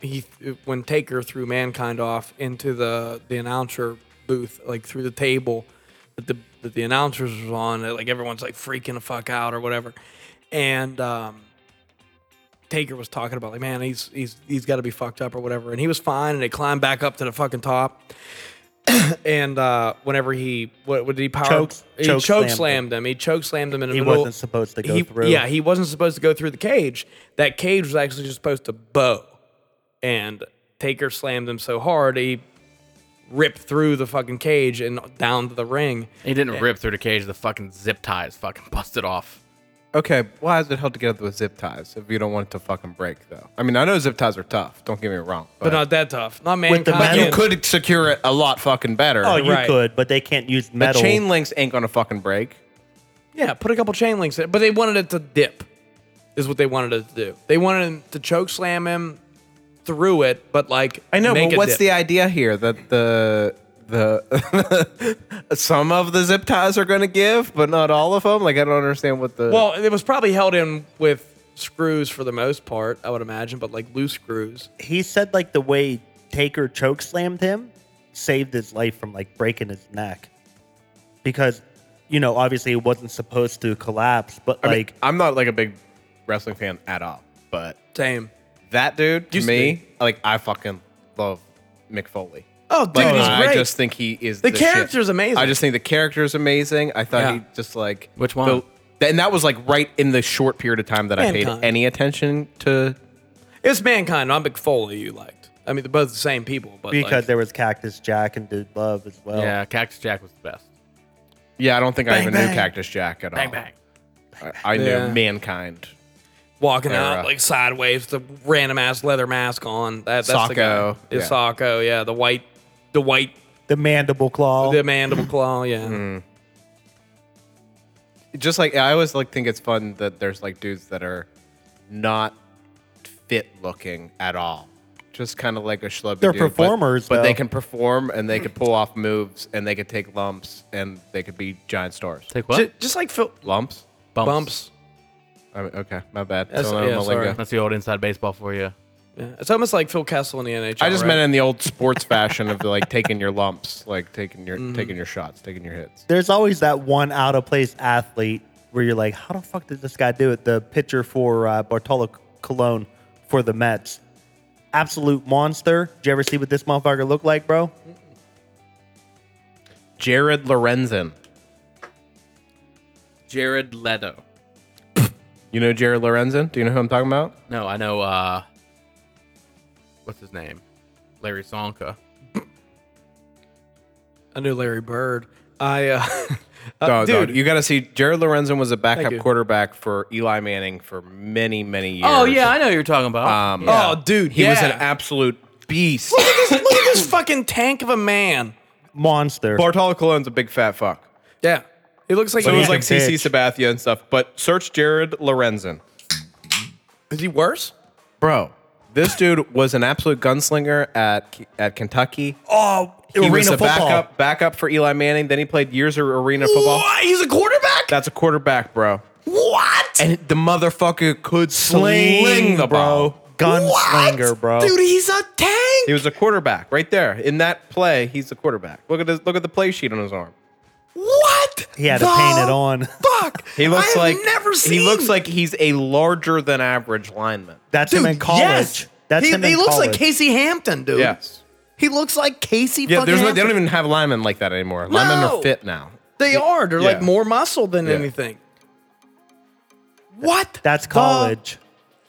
S1: he when Taker threw Mankind off into the the announcer booth, like through the table that the that the announcers was on, that, like everyone's like freaking the fuck out or whatever. And um, Taker was talking about like, man, he's he's he's got to be fucked up or whatever. And he was fine, and they climbed back up to the fucking top. [CLEARS THROAT] and uh, whenever he what, what did he power
S3: Chokes-
S1: he
S3: choke
S1: choke slammed,
S3: slammed
S1: him. He choke slammed him in the
S3: He
S1: middle.
S3: wasn't supposed to go
S1: he,
S3: through.
S1: Yeah, he wasn't supposed to go through the cage. That cage was actually just supposed to bow. And Taker slammed him so hard he ripped through the fucking cage and down to the ring.
S2: He didn't rip through the cage. The fucking zip ties fucking [LAUGHS] busted off.
S4: Okay, why is it held together with zip ties if you don't want it to fucking break, though? I mean, I know zip ties are tough. Don't get me wrong. But,
S1: But not that tough. Not
S3: With
S1: mankind.
S3: the metal-
S4: you could secure it a lot fucking better.
S3: Oh, you
S1: Right.
S3: could, but they can't use
S4: the
S3: metal.
S4: chain links ain't gonna fucking break.
S1: Yeah, put a couple chain links in. But they wanted it to dip, is what they wanted it to do. They wanted him to choke slam him through it, but like
S4: I know,
S1: make
S4: but
S1: a
S4: what's
S1: dip.
S4: the idea here that the the [LAUGHS] some of the zip ties are going to give, but not all of them? Like I don't understand what the
S1: Well, it was probably held in with screws for the most part, I would imagine, but like loose screws.
S3: He said like the way Taker choke slammed him saved his life from like breaking his neck because you know obviously it wasn't supposed to collapse, but
S4: I mean,
S3: like
S4: I'm not like a big wrestling fan at all, but
S1: Same.
S4: that dude to
S1: Used to
S4: me,
S1: be.
S4: like I fucking love Mick Foley.
S1: Oh, dude,
S4: Like,
S1: he's great.
S4: I just think he is
S1: The
S4: the shit.
S1: character's amazing.
S4: I just think the character is amazing. I thought
S1: Yeah.
S4: he just like
S2: Which one?
S4: the- and that was like right in the short period of time that I
S1: Mankind.
S4: paid any attention to
S1: it's mankind. I'm McFoley. You liked. I mean, they're both the same people, but
S3: because
S1: like,
S3: there was Cactus Jack and Dude Love as well.
S2: Yeah, Cactus Jack was the best.
S4: Yeah, I don't think I
S1: Bang,
S4: even
S1: bang.
S4: knew Cactus Jack at
S2: Bang
S4: all.
S2: bang.
S4: I, I knew
S1: Yeah.
S4: Mankind,
S1: walking
S4: era.
S1: out like sideways, the random ass leather mask on. That, that's the guy.
S4: Socko,
S1: It's
S4: yeah.
S1: Socko. Yeah, the white, the white,
S3: The mandible claw.
S1: the mandible
S4: [CLEARS THROAT]
S1: claw. Yeah.
S4: Mm-hmm. just like I always like think it's fun that there's like dudes that are not fit looking at all, just kind of like a schlubby.
S3: They're
S4: dude, but-
S3: performers,
S4: but,
S3: though.
S4: they can perform and they can pull off moves and they can take lumps and they could be giant stars.
S2: Take what?
S1: Ju- Just, like Phil
S4: lumps?
S2: bumps.
S1: bumps.
S4: I mean, okay, my bad.
S1: That's-
S4: Don't know
S1: yeah,
S4: my
S1: sorry.
S4: lingo.
S2: That's the old inside baseball for you.
S1: Yeah. It's almost like Phil Kessel in the NHL.
S4: I just
S1: right?
S4: meant in the old sports fashion of like taking your lumps, like
S1: [LAUGHS]
S4: taking
S1: Mm-hmm.
S4: your taking your shots, taking your hits.
S3: There's always that one out of place athlete where you're like, how the fuck did this guy do it? The pitcher for uh, Bartolo Colon for the Mets. Absolute monster. Did you ever see what this motherfucker looked like, bro?
S4: Jared Lorenzen.
S2: Jared Leto.
S4: You know Jared Lorenzen? Do you know who I'm talking about?
S2: No, I know. uh What's his name? Larry Sonka.
S1: I knew Larry Bird. I, uh, [LAUGHS] uh,
S4: Dog,
S1: dude.
S4: dog. you got to see Jared Lorenzen was a backup
S1: you.
S4: quarterback for Eli Manning for many, many years.
S2: Oh yeah, I know who you're talking about.
S4: Um,
S1: Oh, dude.
S4: he was an
S1: yeah.
S4: absolute [LAUGHS] beast.
S1: Look at this fucking tank of a man.
S3: Monster.
S4: Bartolo Colon's a big fat fuck.
S1: Yeah. He looks like
S4: So it
S1: he
S4: was
S3: he's
S4: like
S3: a bitch.
S4: CC Sabathia and stuff. But search Jared Lorenzen,
S1: Is he worse?
S4: bro. This dude was an absolute gunslinger at at Kentucky.
S3: oh,
S4: he was a backup backup for Eli Manning. Then he played years of arena football.
S1: What? He's a quarterback?
S4: That's a quarterback, bro.
S1: What?
S4: And the motherfucker could sling,
S3: Sling,
S4: the ball.
S3: bro. Gunslinger,
S1: What?
S3: bro.
S1: Dude, he's a tank.
S4: He was a quarterback right there in that play. He's the quarterback. Look at his, look at the play sheet on his arm.
S1: What?
S3: He had to
S1: the
S3: paint it on. [LAUGHS]
S1: Fuck.
S4: He looks
S1: I
S4: like
S1: have never seen.
S4: he looks like he's a larger than average lineman.
S3: That's him in college.
S1: Yes.
S3: That's
S1: he,
S3: him in
S1: he looks
S3: college.
S1: like Casey Hampton, dude.
S4: Yes.
S1: He looks like Casey.
S4: Yeah,
S1: fucking
S4: there's no,
S1: Hampton.
S4: they don't even have linemen like that anymore. Linemen
S1: No.
S4: are fit now.
S1: They are. They're like
S4: Yeah.
S1: more muscle than
S4: Yeah.
S1: anything. What?
S3: That's
S1: the
S3: college.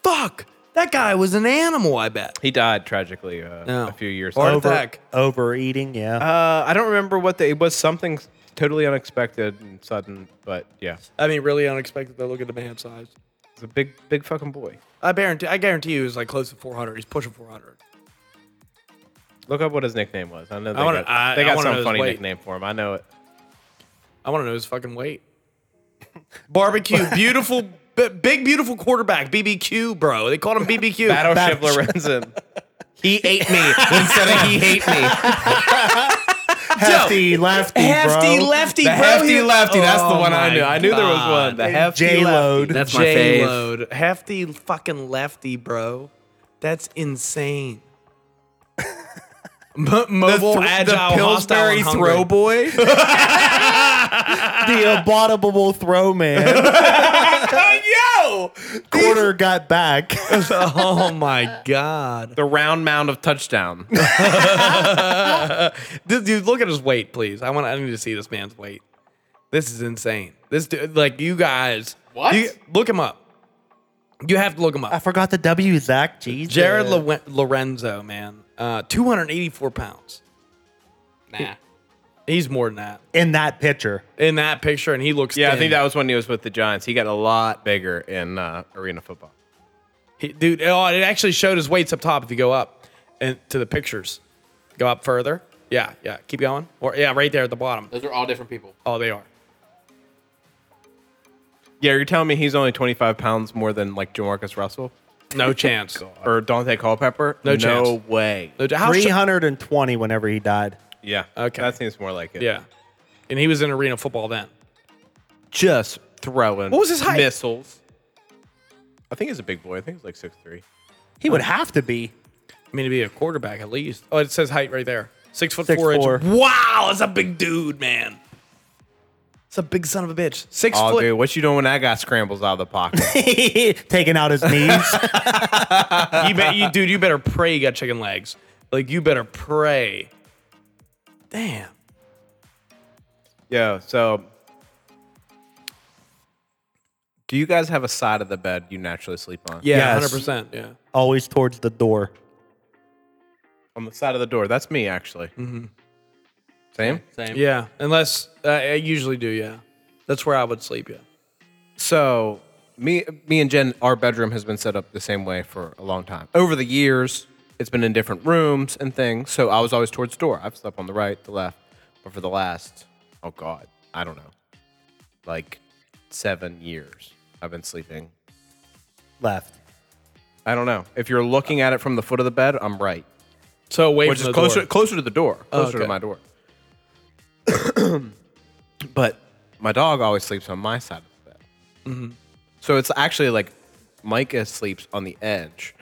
S1: fuck. That guy was an animal. I bet.
S4: He died tragically uh,
S1: No.
S4: a few years
S1: Or-
S4: ago.
S1: Heart
S3: Over,
S1: attack.
S3: overeating, yeah.
S4: Uh, I don't remember what the it was. Something totally unexpected and sudden, but yeah,
S1: I mean, really unexpected. Though, look at the man size.
S4: it's a big, big fucking boy.
S1: I guarantee. I guarantee you, he's like close to 400. He's pushing 400.
S4: Look up what his nickname was. I know they
S1: I wanna-
S4: got,
S1: I-
S4: they
S1: I
S4: got
S1: wanna know
S4: some
S1: his
S4: funny
S1: weight.
S4: nickname for him. I know it.
S1: I want to know his fucking
S4: [LAUGHS]
S1: weight. Barbecue, beautiful, b- big, beautiful quarterback, BBQ, bro. They called him BBQ.
S4: Battleship Lorenzen. He ate me instead of he hate me.
S3: hefty lefty,
S1: hefty
S3: bro.
S1: lefty,
S4: The
S1: bro.
S4: hefty
S1: He-
S4: lefty. That's the
S1: Oh
S4: one I
S1: my
S4: knew. I knew there was one.
S1: God.
S4: The hefty
S3: J-Load.
S4: lefty.
S2: That's my fave.
S1: J-Load. Hefty fucking lefty, bro. That's [LAUGHS] insane. Mo- mobile, agile, hostile, and hungry.
S4: throw
S1: [LAUGHS]
S4: boy.
S3: the abominable throw man.
S1: Oh, [LAUGHS] yo!
S3: Quarter got back.
S1: [LAUGHS]
S3: [LAUGHS]
S1: oh my god.
S4: the round mound of touchdown.
S1: Dude, dude, look at his weight, please. I want. I need to see this man's weight. This is insane. This dude, like you guys.
S2: What?
S1: you- look him up. You have to look him
S3: I
S1: up.
S3: forgot the W, Zach. Jesus.
S1: Jared Lowe- Lorenzo, man, uh, 284 pounds. Nah. He's more than that
S3: in that picture.
S1: in that picture, and he looks.
S4: [LAUGHS] Yeah, I
S1: thin.
S4: think that was when he was with the Giants. He got a lot bigger in uh, arena football.
S1: He, dude, oh, it actually showed his weights up top if you go up and to the pictures. Go up further. Yeah, yeah. Keep going. Or yeah, right there at the bottom.
S2: Those are all different people.
S1: Oh, they are.
S4: Yeah, you're telling me he's only 25 pounds more than like Jamarcus Russell [LAUGHS]
S1: No chance.
S4: or Dante Culpepper?
S1: No chance.
S4: way.
S1: No, how sh-
S3: 320 whenever he died. [LAUGHS]
S4: Yeah.
S1: Okay.
S4: That seems more like it.
S1: yeah, and he was in arena football then.
S4: Just throwing.
S1: What was his height?
S4: Missiles. I think he's a big boy. I think he's like 6'3.
S3: He would have to be.
S1: I mean, to be a quarterback at least. Oh, it says height right there. Six foot
S3: Six
S1: four,
S3: four.
S1: inches. Wow, that's a big dude, man. It's a big son of a bitch. Six
S4: Oh,
S1: foot.
S4: dude, what you doing when that guy scrambles out of the pocket?
S1: [LAUGHS]
S3: Taking out his knees.
S1: You bet, you, dude. You better pray you got chicken legs. Like you better pray. Damn.
S4: Yo, so do you guys have a side of the bed you naturally sleep on?
S1: Yeah,
S3: Yes.
S1: hundred percent. Yeah.
S3: Always towards the door.
S4: On the side of the door. That's me, actually. Mm-hmm. Same?
S2: Same.
S1: Yeah, unless uh, I usually do. Yeah, that's where I would sleep. Yeah,
S4: So me, me and Jen, our bedroom has been set up the same way for a long time. Over the years, it's been in different rooms and things. So I was always towards the door. I've slept on the right, the left, but for the last, oh god, I don't know, like seven years, I've been sleeping.
S3: Left.
S4: I don't know. If you're looking at it from the foot of the bed, I'm right,
S1: so away
S4: which
S1: from
S4: is
S1: the
S4: closer
S1: door. Oh,
S4: closer to the door, closer
S1: okay.
S4: to my door. [COUGHS] but my dog always sleeps on my side of the bed.
S1: Mm-hmm.
S4: So it's actually like Micah sleeps on the edge.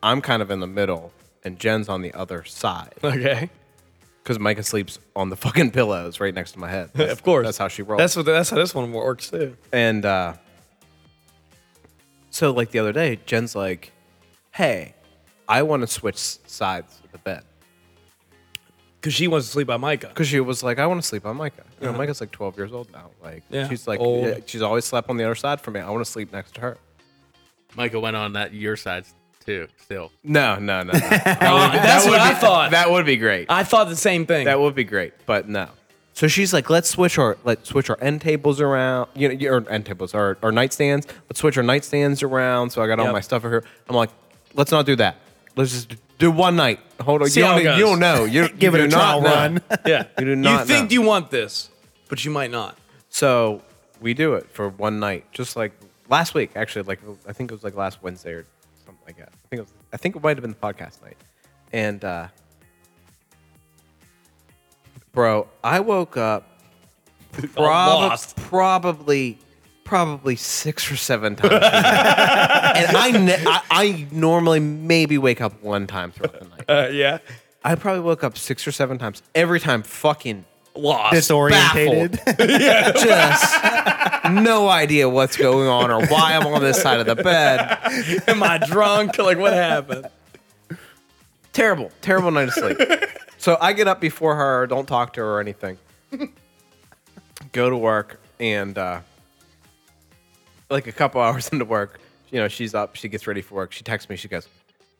S4: I'm kind of in the middle, and Jen's on the other side
S1: [LAUGHS] Okay,
S4: because Micah sleeps on the [LAUGHS] fucking pillows right next to my head. That's-
S1: [LAUGHS] of course.
S4: that's how she rolls.
S1: That's what. That's how this one works too.
S4: And uh, so, like the other day, Jen's like, "Hey, I want to switch sides of the bed."
S1: Because she wants to sleep by Micah.
S4: Because she was like, "I want to sleep on Micah." You know, Micah's like 12 years old now. Like,
S1: Uh-huh. Yeah,
S4: she's like,
S1: old.
S4: yeah, she's always slept on the other side for me. I want to sleep next to her.
S2: Michael went on that your side too. Still,
S4: No, no, no. [LAUGHS] no. that
S1: that's
S4: would
S1: what I
S4: be-
S1: thought.
S4: That would be great.
S1: I thought the same thing.
S4: That would be great, but no. So she's like, let's switch our let's switch our end tables around, you know, or end tables, our, our nightstands. Let's switch our nightstands around. So I got all
S1: Yep.
S4: my stuff over here. I'm like, let's not do that. Let's just do one night. Hold on,
S1: See
S4: you,
S1: how
S4: don't,
S1: it goes.
S4: you don't know. You
S3: Give
S4: you
S3: it a
S4: do not
S3: trial
S4: know.
S3: run.
S4: [LAUGHS]
S1: yeah,
S4: You do not
S1: think
S4: know.
S1: you want this, but you might not. [LAUGHS]
S4: So we do it for one night, just like last week. Actually, like I think it was like last Wednesday or something like that. I think it was. I think it might have been the podcast night. And uh, bro, I woke up
S1: [LAUGHS]
S4: prob-
S1: lost.
S4: probably probably six or seven
S1: [LAUGHS]
S4: times, in the night. and I, ne- I I normally maybe wake up one time throughout the night.
S1: Uh, yeah,
S4: I probably woke up six or seven times. Every time, fucking
S1: lost.
S3: Disorientated.
S4: just no idea what's going on or why I'm on this side of the bed.
S1: Am I drunk? like what happened?
S4: Terrible, terrible night of sleep. So I get up before her, don't talk to her or anything. Go to work and uh, like a couple hours into work, you know, she's up, she gets ready for work. She texts me, she goes,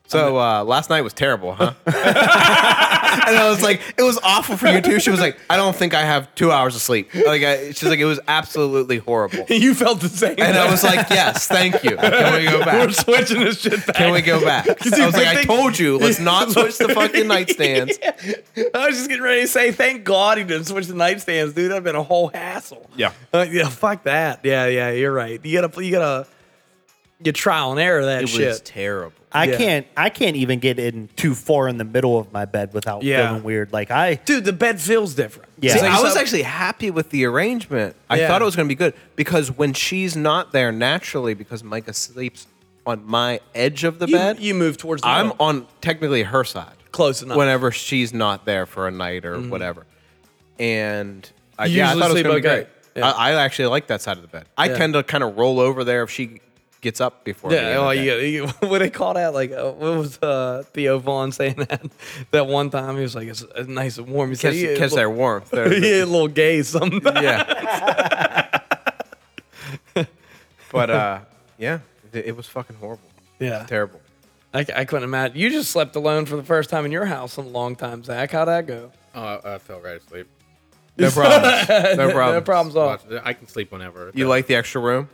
S4: so uh, last night was terrible, huh? and I was like, it was awful for you too. She was like, I don't think I have two hours of sleep. Like, I, she's like, it was
S1: [LAUGHS]
S4: absolutely horrible.
S1: You felt the same.
S4: And I was like, yes, thank you. Can we go
S1: we're
S4: back?
S1: switching this shit back.
S4: Can we
S1: [LAUGHS]
S4: go back? I was like, I told you, let's not switch the fucking nightstands.
S1: I was just getting ready to say, thank God he didn't switch the nightstands, dude. That'd been a whole hassle.
S4: Yeah.
S1: Uh, yeah. Fuck that. Yeah. Yeah. You're right. You gotta. You gotta. You trial and error that
S4: It
S1: shit.
S4: was terrible.
S3: I
S1: Yeah.
S3: can't. I can't even get in too far in the middle of my bed without
S1: Yeah.
S3: feeling weird. Like I.
S1: dude, the bed feels different.
S3: Yeah.
S4: See,
S3: Like,
S4: I was
S1: so-
S4: actually happy with the arrangement. I
S1: Yeah.
S4: thought it was going to be good because when she's not there naturally, because Micah sleeps on my edge of the
S1: You,
S4: bed,
S1: you move towards. The
S4: I'm
S1: middle.
S4: on technically her side.
S1: Close enough. Mm-hmm.
S4: Whenever she's not there for a night or whatever. And I,
S1: You
S4: yeah, I
S1: usually
S4: thought it was
S1: sleep
S4: going to be
S1: okay.
S4: great.
S1: Yeah.
S4: I, I actually like that side of the bed. I
S1: Yeah.
S4: tend to kind of roll over there if she gets up before. me
S1: Yeah,
S4: in
S1: oh,
S4: the day.
S1: you, you, [LAUGHS] what they called out, like, uh, what was uh, Theo Vaughn saying that [LAUGHS] that one time? He was like, it's uh, nice and warm. He said,
S4: Kiss,
S1: yeah,
S4: kiss
S1: look-
S4: their warmth.
S1: [LAUGHS]
S4: Their-
S1: yeah, a little gay something.
S4: yeah. [LAUGHS] but uh, yeah, it, it was fucking horrible.
S1: Yeah.
S4: [LAUGHS] Terrible.
S1: [LAUGHS] I, I couldn't imagine. You just slept alone for the first time in your house in a long time, Zach. How'd that go?
S2: oh, I, I fell right asleep.
S4: No problem. No
S1: [LAUGHS]
S4: problem.
S1: No problem solved.
S2: I can sleep whenever.
S4: You like the extra room?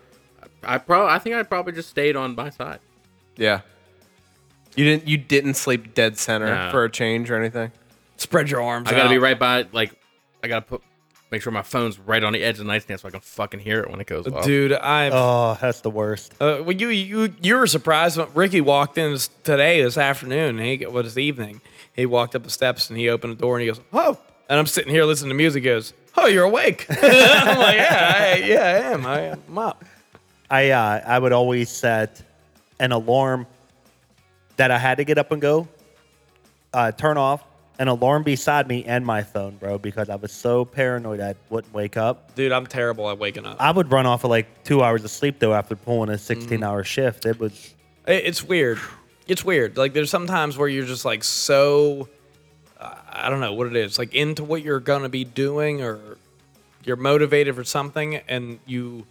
S2: I probably. I think I probably just stayed on my side.
S4: Yeah. You didn't. You didn't sleep dead center
S2: No.
S4: for a change or anything.
S1: Spread your arms.
S2: I gotta
S1: out.
S2: be right by. Like, I gotta put make sure my phone's right on the edge of the nightstand so I can fucking hear it when it goes off.
S1: dude. I
S3: Oh, that's the worst.
S1: Uh, well, you you you were surprised when Ricky walked in this- today, this afternoon. And he what is the evening? He walked up the steps and he opened the door and he goes, "Oh!" And I'm sitting here listening to music. He goes, "Oh, you're awake?" [LAUGHS] I'm like, "Yeah, I, yeah, I am. I am I'm up."
S3: I uh, I would always set an alarm that I had to get up and go. Uh, turn off an alarm beside me and my phone, bro, because I was so paranoid I wouldn't wake up.
S1: Dude, I'm terrible at waking up.
S3: I would run off of like two hours of sleep though after pulling a sixteen-hour shift. It was
S1: It- It's weird. It's weird. Like there's some times where you're just like so I I don't know what it is, like into what you're gonna be doing or you're motivated for something and you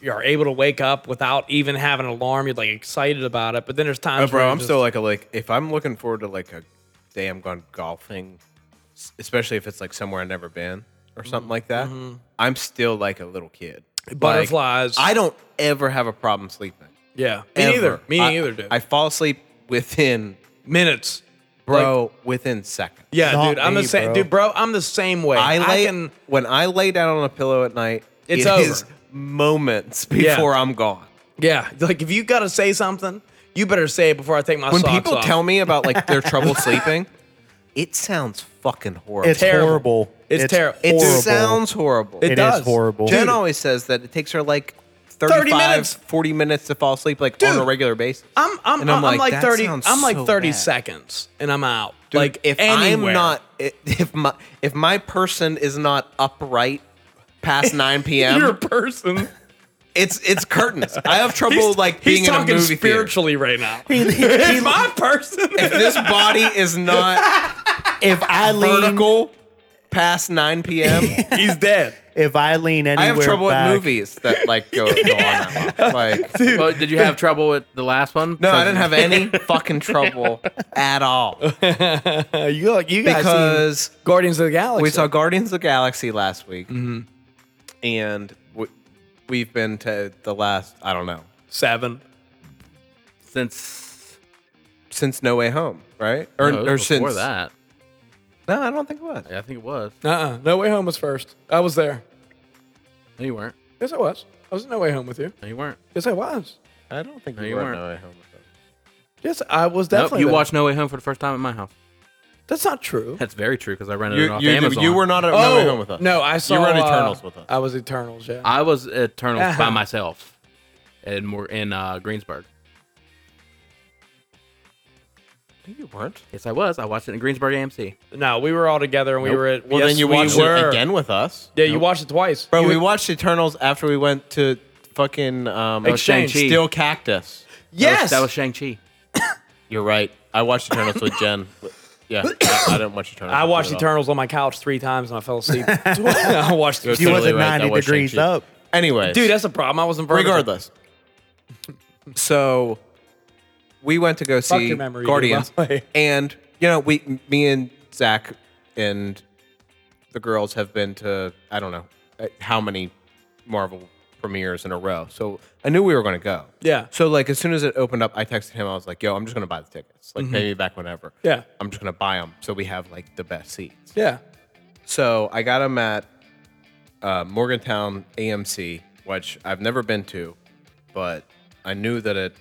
S1: you are able to wake up without even having an alarm. You're like excited about it, but then there's times.
S4: Oh, bro,
S1: where
S4: I'm
S1: just-
S4: still like a like. If I'm looking forward to like a day I'm gone golfing, s- especially if it's like somewhere I've never been or
S1: Mm-hmm.
S4: something like that, I'm still like a little kid. Like,
S1: Butterflies.
S4: I don't ever have a problem sleeping.
S1: yeah. Me
S4: Ever.
S1: neither. Me
S4: I-
S1: neither, dude.
S4: I fall asleep within,
S1: Minutes,
S4: bro, within seconds.
S1: Yeah,
S3: Not
S1: dude. I'm
S3: me,
S1: the same,
S3: bro.
S1: dude, bro. I'm the same way.
S4: I lay
S1: can.
S4: when I lay down on a pillow at night.
S1: It's
S4: it
S1: over.
S4: is moments before I'm gone.
S1: Yeah, like if you gotta say something, you better say it before I take my
S4: When
S1: socks
S4: people
S1: off.
S4: tell me about like
S1: [LAUGHS]
S4: their trouble sleeping, it sounds fucking horrible.
S3: it's
S1: Terrible.
S3: horrible.
S1: It's terri-
S4: It
S1: Horrible.
S4: sounds horrible.
S1: It
S3: It is
S1: does.
S3: horrible.
S4: Jen
S1: Dude.
S4: always says that it takes her like 35,
S1: minutes.
S4: 40 minutes to fall asleep like on
S1: Dude.
S4: a regular basis.
S1: I'm I'm,
S4: And
S1: I'm, I'm like,
S4: "That
S1: thirty.
S4: sounds
S1: I'm like
S4: so
S1: thirty
S4: bad."
S1: seconds, and I'm out.
S4: Dude,
S1: like
S4: if
S1: anywhere. [LAUGHS]
S4: I'm not i- if my if my person is not upright
S1: [LAUGHS]
S4: past 9 p.m.
S1: your
S4: [LAUGHS]
S1: person,
S4: it's it's curtains. I have trouble
S1: he's,
S4: like
S1: he's
S4: being in a
S1: talking
S4: movie theater.
S1: spiritually
S4: [LAUGHS]
S1: right now. if my person,
S4: If this body
S1: [LAUGHS]
S4: is not
S3: If I lean,
S4: vertical past 9
S1: [LAUGHS]
S4: p.m.
S1: he's
S4: [LAUGHS]
S1: dead.
S3: if I lean anywhere
S4: I have trouble
S3: back,
S4: with movies that like go, go on that
S1: [LAUGHS]
S4: long. Like
S2: Well, Oh, did you have trouble with the last one?
S4: no, I didn't have any fucking trouble
S1: [LAUGHS]
S4: at all.
S1: Uh, you like you guys
S4: Because
S1: seen Guardians of the Galaxy.
S4: We saw Guardians of the Galaxy last week,
S2: Mm-hmm.
S4: and we, we've been to the last I don't know
S1: seven.
S2: since
S4: since No Way Home, right? Or,
S2: no, it was
S4: or
S2: before
S4: since
S2: that.
S4: no, I don't think it was.
S2: Yeah, I think it was.
S1: Uh uh No Way Home was first. I was there.
S2: No, you weren't.
S1: Yes, I was. I was in No Way Home with you.
S2: No, you weren't.
S1: Yes, I was.
S4: I don't think
S2: No,
S4: we
S2: you
S4: were
S2: weren't.
S4: No Way Home. with us.
S1: Yes, I was
S2: Nope,
S1: definitely.
S2: you
S1: there.
S2: watched No Way Home for the first time at my house.
S1: That's not true. Oh,
S2: That's very true because I rented it
S4: You,
S2: off
S4: you,
S2: Amazon.
S4: you were not at No Way Home with us.
S1: no, I saw.
S4: you were at
S1: uh,
S4: Eternals with us.
S1: I was Eternals. Yeah.
S2: I was at Eternals
S1: Uh-huh.
S4: [LAUGHS]
S2: by myself, and we're in uh, Greensburg.
S4: No, you weren't.
S2: Yes, I was. I watched it in Greensburg AMC.
S1: no, we were all together and we were at.
S4: Well,
S1: yes,
S4: then you
S1: we
S4: watched
S1: were.
S4: it again with us,
S1: Yeah, you watched it twice,
S4: bro.
S1: You-
S4: we watched Eternals after we went to fucking um,
S1: Exchange.
S4: Steel Cactus.
S1: Yes,
S2: that was Shang Chi.
S4: You're right. I watched Eternals with Jen. Yeah, I, I didn't watch Eternals.
S1: I
S4: with
S1: watched
S4: you at all.
S1: Eternals on my couch three times and I fell
S4: [LAUGHS]
S1: asleep. [LAUGHS] I watched it.
S3: He
S4: Totally
S3: wasn't
S4: right, that
S3: ninety
S4: was
S3: degrees
S4: Shang-Chi.
S3: up.
S4: Anyways,
S1: Dude, that's a problem. I wasn't vertical.
S4: regardless. [LAUGHS] So we went to go
S1: Fuck
S4: see
S1: your memory, dude,
S4: Guardians,
S1: by the way. [LAUGHS]
S4: and you know, we, me and Zach and the girls have been to I don't know uh, how many Marvel premieres in a row. So I knew we were going to go.
S1: Yeah.
S4: So like as soon as it opened up, I texted him. I was like, "Yo, I'm just going to buy the tickets. Like pay me back whenever.
S1: Mm-hmm. Yeah.
S4: I'm just going to buy them so we have like the best seats."
S1: Yeah.
S4: So I got them at uh, Morgantown AMC, which I've never been to, but I knew that it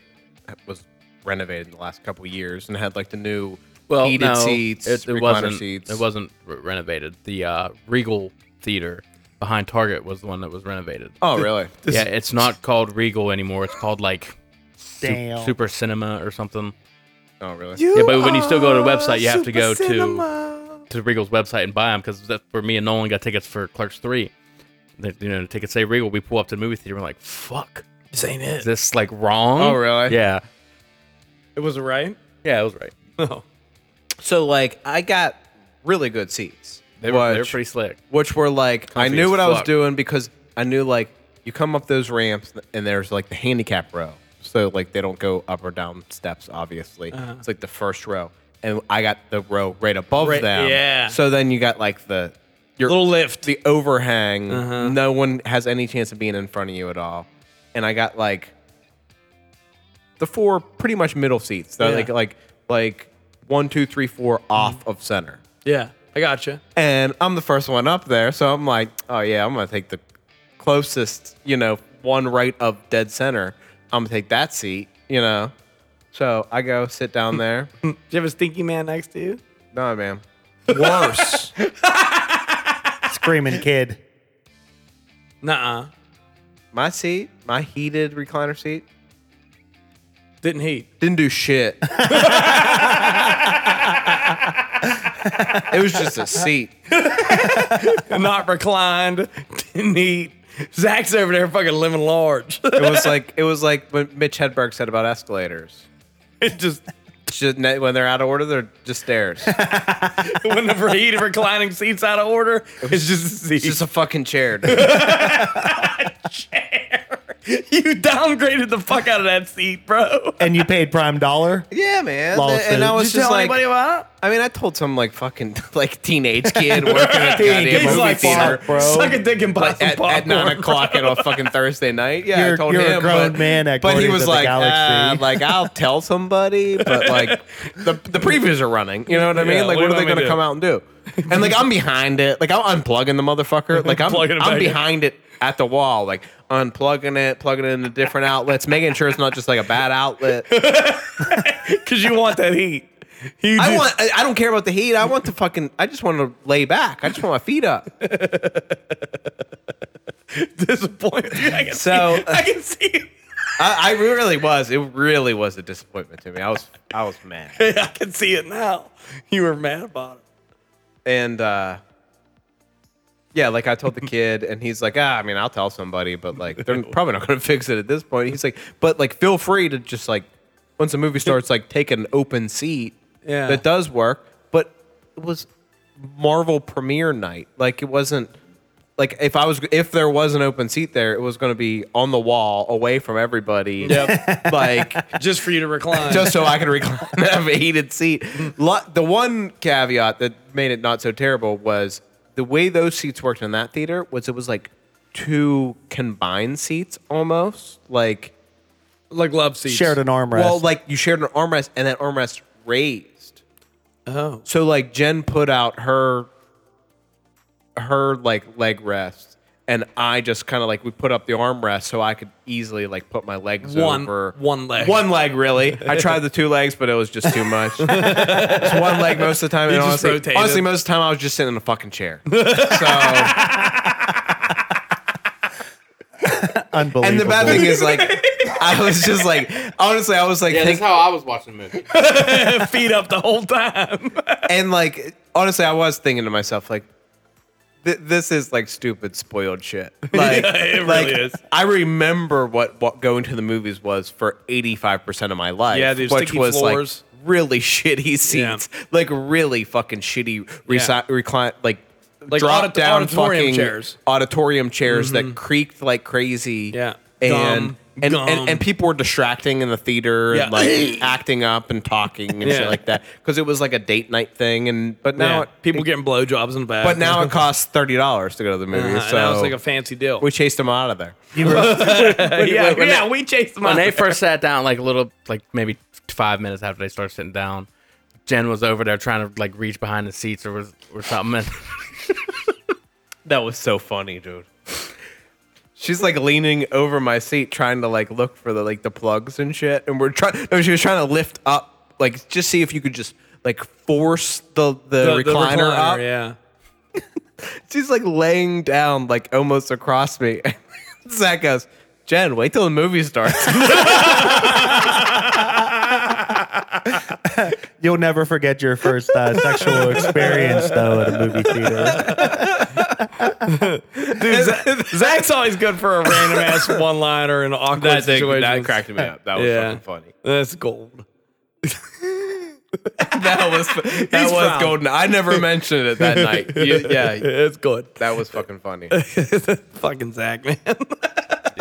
S4: was renovated in the last couple of years and had like the new
S2: Well,
S4: heated
S2: no,
S4: seats,
S2: it, it
S4: recliner
S2: wasn't.
S4: seats.
S2: It wasn't re- renovated. The uh, Regal Theater behind Target was the one that was renovated.
S4: Oh, really?
S2: yeah, it's not called Regal anymore. It's called like Su-
S3: Damn.
S2: Super Cinema or something.
S4: Oh, really?
S2: Yeah, but when you still go to the website, you have to go to- to Regal's website and buy them because that's where me and Nolan got tickets for Clerks Three. The, you know, the tickets say Regal. We pull up to the movie theater. We're like, fuck,
S1: This ain't
S2: is
S1: it.
S2: this like wrong?
S4: Oh, really?
S2: Yeah,
S1: It was right.
S2: yeah, it was right.
S1: No.
S4: So like I got really good seats.
S2: They were, they were
S4: which-
S2: pretty slick.
S4: which were like I
S2: Comfy
S4: knew
S2: as
S4: what I was
S2: fuck.
S4: doing because I knew like you come up those ramps and there's like the handicap row, so like they don't go up or down steps. Obviously, it's like the first row, and I got the row right above
S1: Right-
S4: them.
S1: yeah.
S4: So then you got like the your
S1: Little lift.
S4: the overhang. No one has any chance of being in front of you at all. And I got like the four pretty much middle seats. They're
S1: Yeah.
S4: Like like like one, two, three, four off of center.
S1: yeah, I gotcha.
S4: And I'm the first one up there, so I'm like, oh yeah, I'm gonna take the closest, you know, one right of dead center. I'm gonna take that seat, you know. So I go sit [LAUGHS] down there.
S1: Do you have a stinky man next to you?
S4: no, man.
S5: Worse.
S3: Screaming kid.
S1: Nuh-uh.
S4: My seat, my heated recliner seat,
S1: Didn't heat.
S4: Didn't do [LAUGHS] shit. it was just a seat.
S1: [LAUGHS] Not reclined. Didn't heat. Zach's over there fucking living large. [LAUGHS]
S4: It was like it was like what Mitch Hedberg said about escalators.
S1: it just
S4: It's just- when they're out of order, they're just [LAUGHS] stairs. It's
S1: when the heated reclining seats out of order, it's just [LAUGHS]
S4: [LAUGHS]
S1: a seat.
S4: just a fucking chair. dude.
S1: you downgraded the fuck out of that seat, bro.
S3: And you paid prime dollar?
S4: yeah, man.
S3: Lawless
S4: and I
S3: food.
S4: was
S1: Did you
S4: just
S1: tell
S4: like,
S1: anybody about
S4: I mean, I told some like fucking [LAUGHS] like teenage kid working at
S3: [LAUGHS]
S4: a goddamn
S1: it?
S3: He's
S4: movie
S3: like,
S4: theater
S3: "Fuck, bro."
S1: Suck a dick and buy
S4: like,
S1: some
S4: at,
S1: popcorn.
S4: at nine o'clock
S3: [LAUGHS]
S4: on a fucking Thursday night. Yeah, I
S3: You're-
S4: told
S3: you're a
S4: him,
S3: grown
S4: but,
S3: man at
S4: but he
S3: Guardians
S4: was
S3: of the
S4: like,
S3: Galaxy.
S4: "Ah, like
S3: [LAUGHS]
S4: I'll tell somebody, but like the the previews are running. You know what I mean?
S1: Yeah,
S4: like,
S1: what
S4: what,
S1: am
S4: are
S1: I gonna do?
S4: they gonna come out and do? And like I'm behind it. Like I'm unplugging the motherfucker. Like I'm
S1: Plugging it back
S4: I'm
S1: in.
S4: behind it at the wall. Like unplugging it, plugging it into different outlets, making sure it's not just like a bad outlet.
S1: Because you want that [LAUGHS] heat. You
S4: I
S1: just-
S4: want. I I don't care about the heat. I want to fucking. I just want to lay back. I just want my feet up.
S1: disappointed. Dude, I can
S4: So- [LAUGHS]
S1: see, I can see.
S4: I, I really was. It really was a disappointment to me. I was. I was mad.
S1: It. [LAUGHS] I can see it now. You were mad about it.
S4: and uh yeah, like I told the kid, and he's like, ah, I mean, I'll tell somebody, but like, they're probably not going to fix it at this point. He's like, but like, feel free to just like, once the movie starts, like, take an open seat.
S1: Yeah.
S4: That does work, but it was Marvel premiere night. Like, it wasn't like if I was if there was an open seat there, it was going to be on the wall, away from everybody. Yep. like,
S1: Just for you to recline.
S4: just so I could recline [LAUGHS] and have a heated seat. Lo- The one caveat that made it not so terrible was the way those seats worked in that theater was it was like two combined seats almost like
S1: like love seats.
S3: Shared an armrest.
S4: well like you shared an armrest and that armrest raised.
S1: Oh.
S4: So like Jen put out her her like leg rest and I just kind of like we put up the armrest so I could easily like put my legs
S1: One-
S4: over
S1: one leg.
S4: one leg really. I tried the two legs but it was just
S1: [LAUGHS]
S4: too much. it's one leg most of the time. And
S1: just
S4: honestly,
S1: rotated.
S4: honestly, most of the time I was just sitting in a fucking chair.
S1: [LAUGHS]
S4: So.
S3: Unbelievable.
S4: And the bad thing is, like, I was just like, honestly, I was like,
S2: Yeah, that's
S4: think,
S2: how I was watching the movie.
S1: Feet up the whole time.
S4: and like, honestly, I was thinking to myself, like, th- this is like stupid,
S1: [LAUGHS]
S4: spoiled shit. Like,
S1: it really
S4: like,
S1: is.
S4: I remember what, what going to the movies was for 85% of my life.
S1: Yeah, these
S4: which
S1: sticky
S4: was
S1: floors.
S4: like really shitty seats,
S1: Yeah.
S4: like, really fucking shitty
S1: Yeah.
S4: reci- recline, like,
S1: Like
S4: drop
S1: audit-
S4: down
S1: auditorium
S4: fucking
S1: chairs. Mm-hmm.
S4: auditorium chairs that creaked like crazy.
S1: Yeah.
S4: And,
S1: Gum,
S4: and,
S1: gum.
S4: and and people were distracting in the theater and
S1: Yeah. [LAUGHS]
S4: like acting up and talking and
S1: Yeah.
S4: shit like that because it was like a date night thing and but
S1: [LAUGHS]
S4: now
S1: Now
S4: it,
S1: people
S4: [LAUGHS]
S1: getting blowjobs in the back.
S4: but now it costs thirty dollars to go to the movie
S1: Uh-huh,
S4: so
S1: and that was like a fancy deal.
S4: we chased them out of there
S1: yeah, yeah, we chased them
S2: when
S1: out.
S2: they first sat down, like a little, like maybe five minutes after they started sitting down, Jen was over there trying to like reach behind the seats or was or something. [LAUGHS] And
S4: that was so
S1: [LAUGHS]
S4: funny dude she's like leaning over my seat trying to like look for the like the plugs and shit and we're trying no she was trying to lift up like just see if you could just like force the the,
S1: The-
S4: recliner,
S1: the
S4: up
S1: Yeah.
S4: [LAUGHS] She's like laying down, like almost across me. [LAUGHS] Zach goes, Jen, wait till the movie starts. [LAUGHS]
S3: You'll never forget your first uh, sexual experience, though, at a movie theater.
S1: Dude,
S4: [LAUGHS]
S1: Zach, Zach's always good for a random ass one liner in awkward situations.
S4: me up. That
S1: Yeah. That's gold.
S4: [LAUGHS] That was that
S1: He's
S4: was
S1: proud.
S4: golden. I [LAUGHS] never mentioned it that [LAUGHS] night. You-
S1: [LAUGHS]
S4: yeah,
S1: It's good.
S4: that was fucking funny. [LAUGHS]
S1: Fucking Zach, man.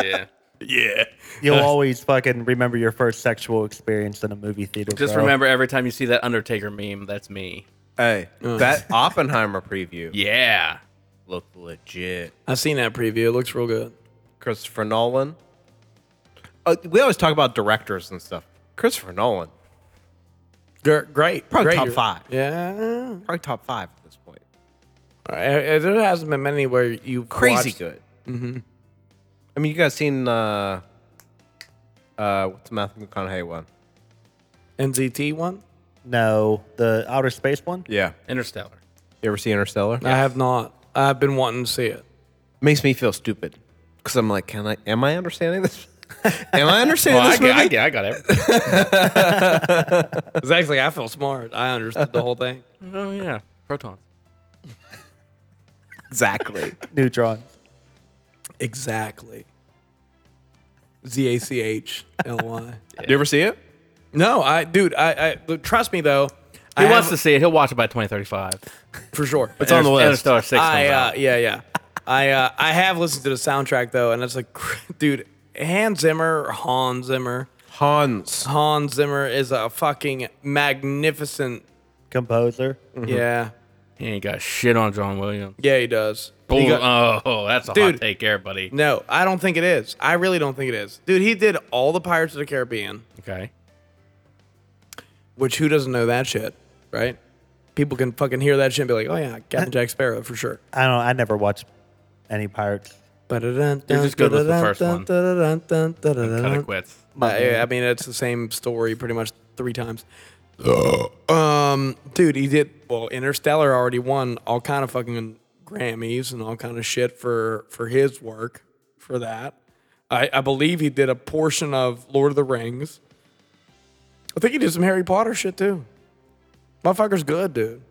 S2: yeah.
S1: yeah.
S3: You'll always fucking remember your first sexual experience in a movie theater.
S2: Just
S3: bro.
S2: remember every time you see that Undertaker meme, that's me.
S4: Hey, that Oppenheimer preview.
S2: Yeah. looked legit.
S1: [LAUGHS] I've seen that preview. It looks real good.
S4: Christopher Nolan. Uh, we always talk about directors and stuff. Christopher Nolan,
S1: Gr- great.
S4: Probably
S1: great.
S4: top five.
S1: Yeah.
S4: probably top five at this point.
S1: All right, uh, There hasn't been many where you've watched-
S4: good. Mm-hmm. I mean, you guys seen uh, uh, what's the Matthew McConaughey one?
S1: NZT one?
S3: No, the outer space one.
S4: Yeah,
S2: Interstellar.
S4: you ever see Interstellar?
S1: I have not. I've been wanting to see it.
S4: Makes me feel stupid because I'm like, can I? Am I understanding this? [LAUGHS] am I understanding
S2: Well, I,
S4: this
S2: get,
S4: movie?
S2: I, get, I got [LAUGHS] it.
S1: [LAUGHS] It's actually, I feel smart. I understood the whole thing.
S2: oh yeah, protons.
S4: Exactly.
S3: Neutron.
S1: [LAUGHS] Exactly. Z A C H L Y.
S4: You ever see it?
S1: [LAUGHS] No, I, dude, I, I look, trust me though.
S2: He
S1: I
S2: wants to
S1: have-
S2: see it. He'll watch it by 2035.
S1: for sure.
S2: It's on the list. Interstellar six.
S1: I,
S2: comes
S1: uh,
S2: out.
S1: yeah, yeah. I, uh, I have listened to the soundtrack though, and it's like, [LAUGHS] dude, Hans Zimmer, or Hans Zimmer,
S4: Hans.
S1: Hans Zimmer is a fucking magnificent.
S3: Composer.
S1: Yeah,
S2: He ain't got shit on John Williams.
S1: yeah, he does. He
S2: Bull-
S1: got-
S2: oh, that's a
S1: Dude.
S2: hot take, there, buddy.
S1: no, I don't think it is. I really don't think it is, dude. He did all the Pirates of the Caribbean.
S2: Okay.
S1: Which who doesn't know that shit, right? People can fucking hear that shit and be like, oh yeah, Captain Jack Sparrow for sure.
S3: I don't. I never watched any pirates.
S1: You're
S2: just good with the first one. Kind of quits.
S4: Mm-hmm.
S1: I mean, it's the same story pretty much three times. um, dude, he did well. Interstellar already won all kind of fucking Grammys and all kind of shit for for his work for that. I, I believe he did a portion of Lord of the Rings. I think he did some Harry Potter shit too. Motherfucker's good, dude.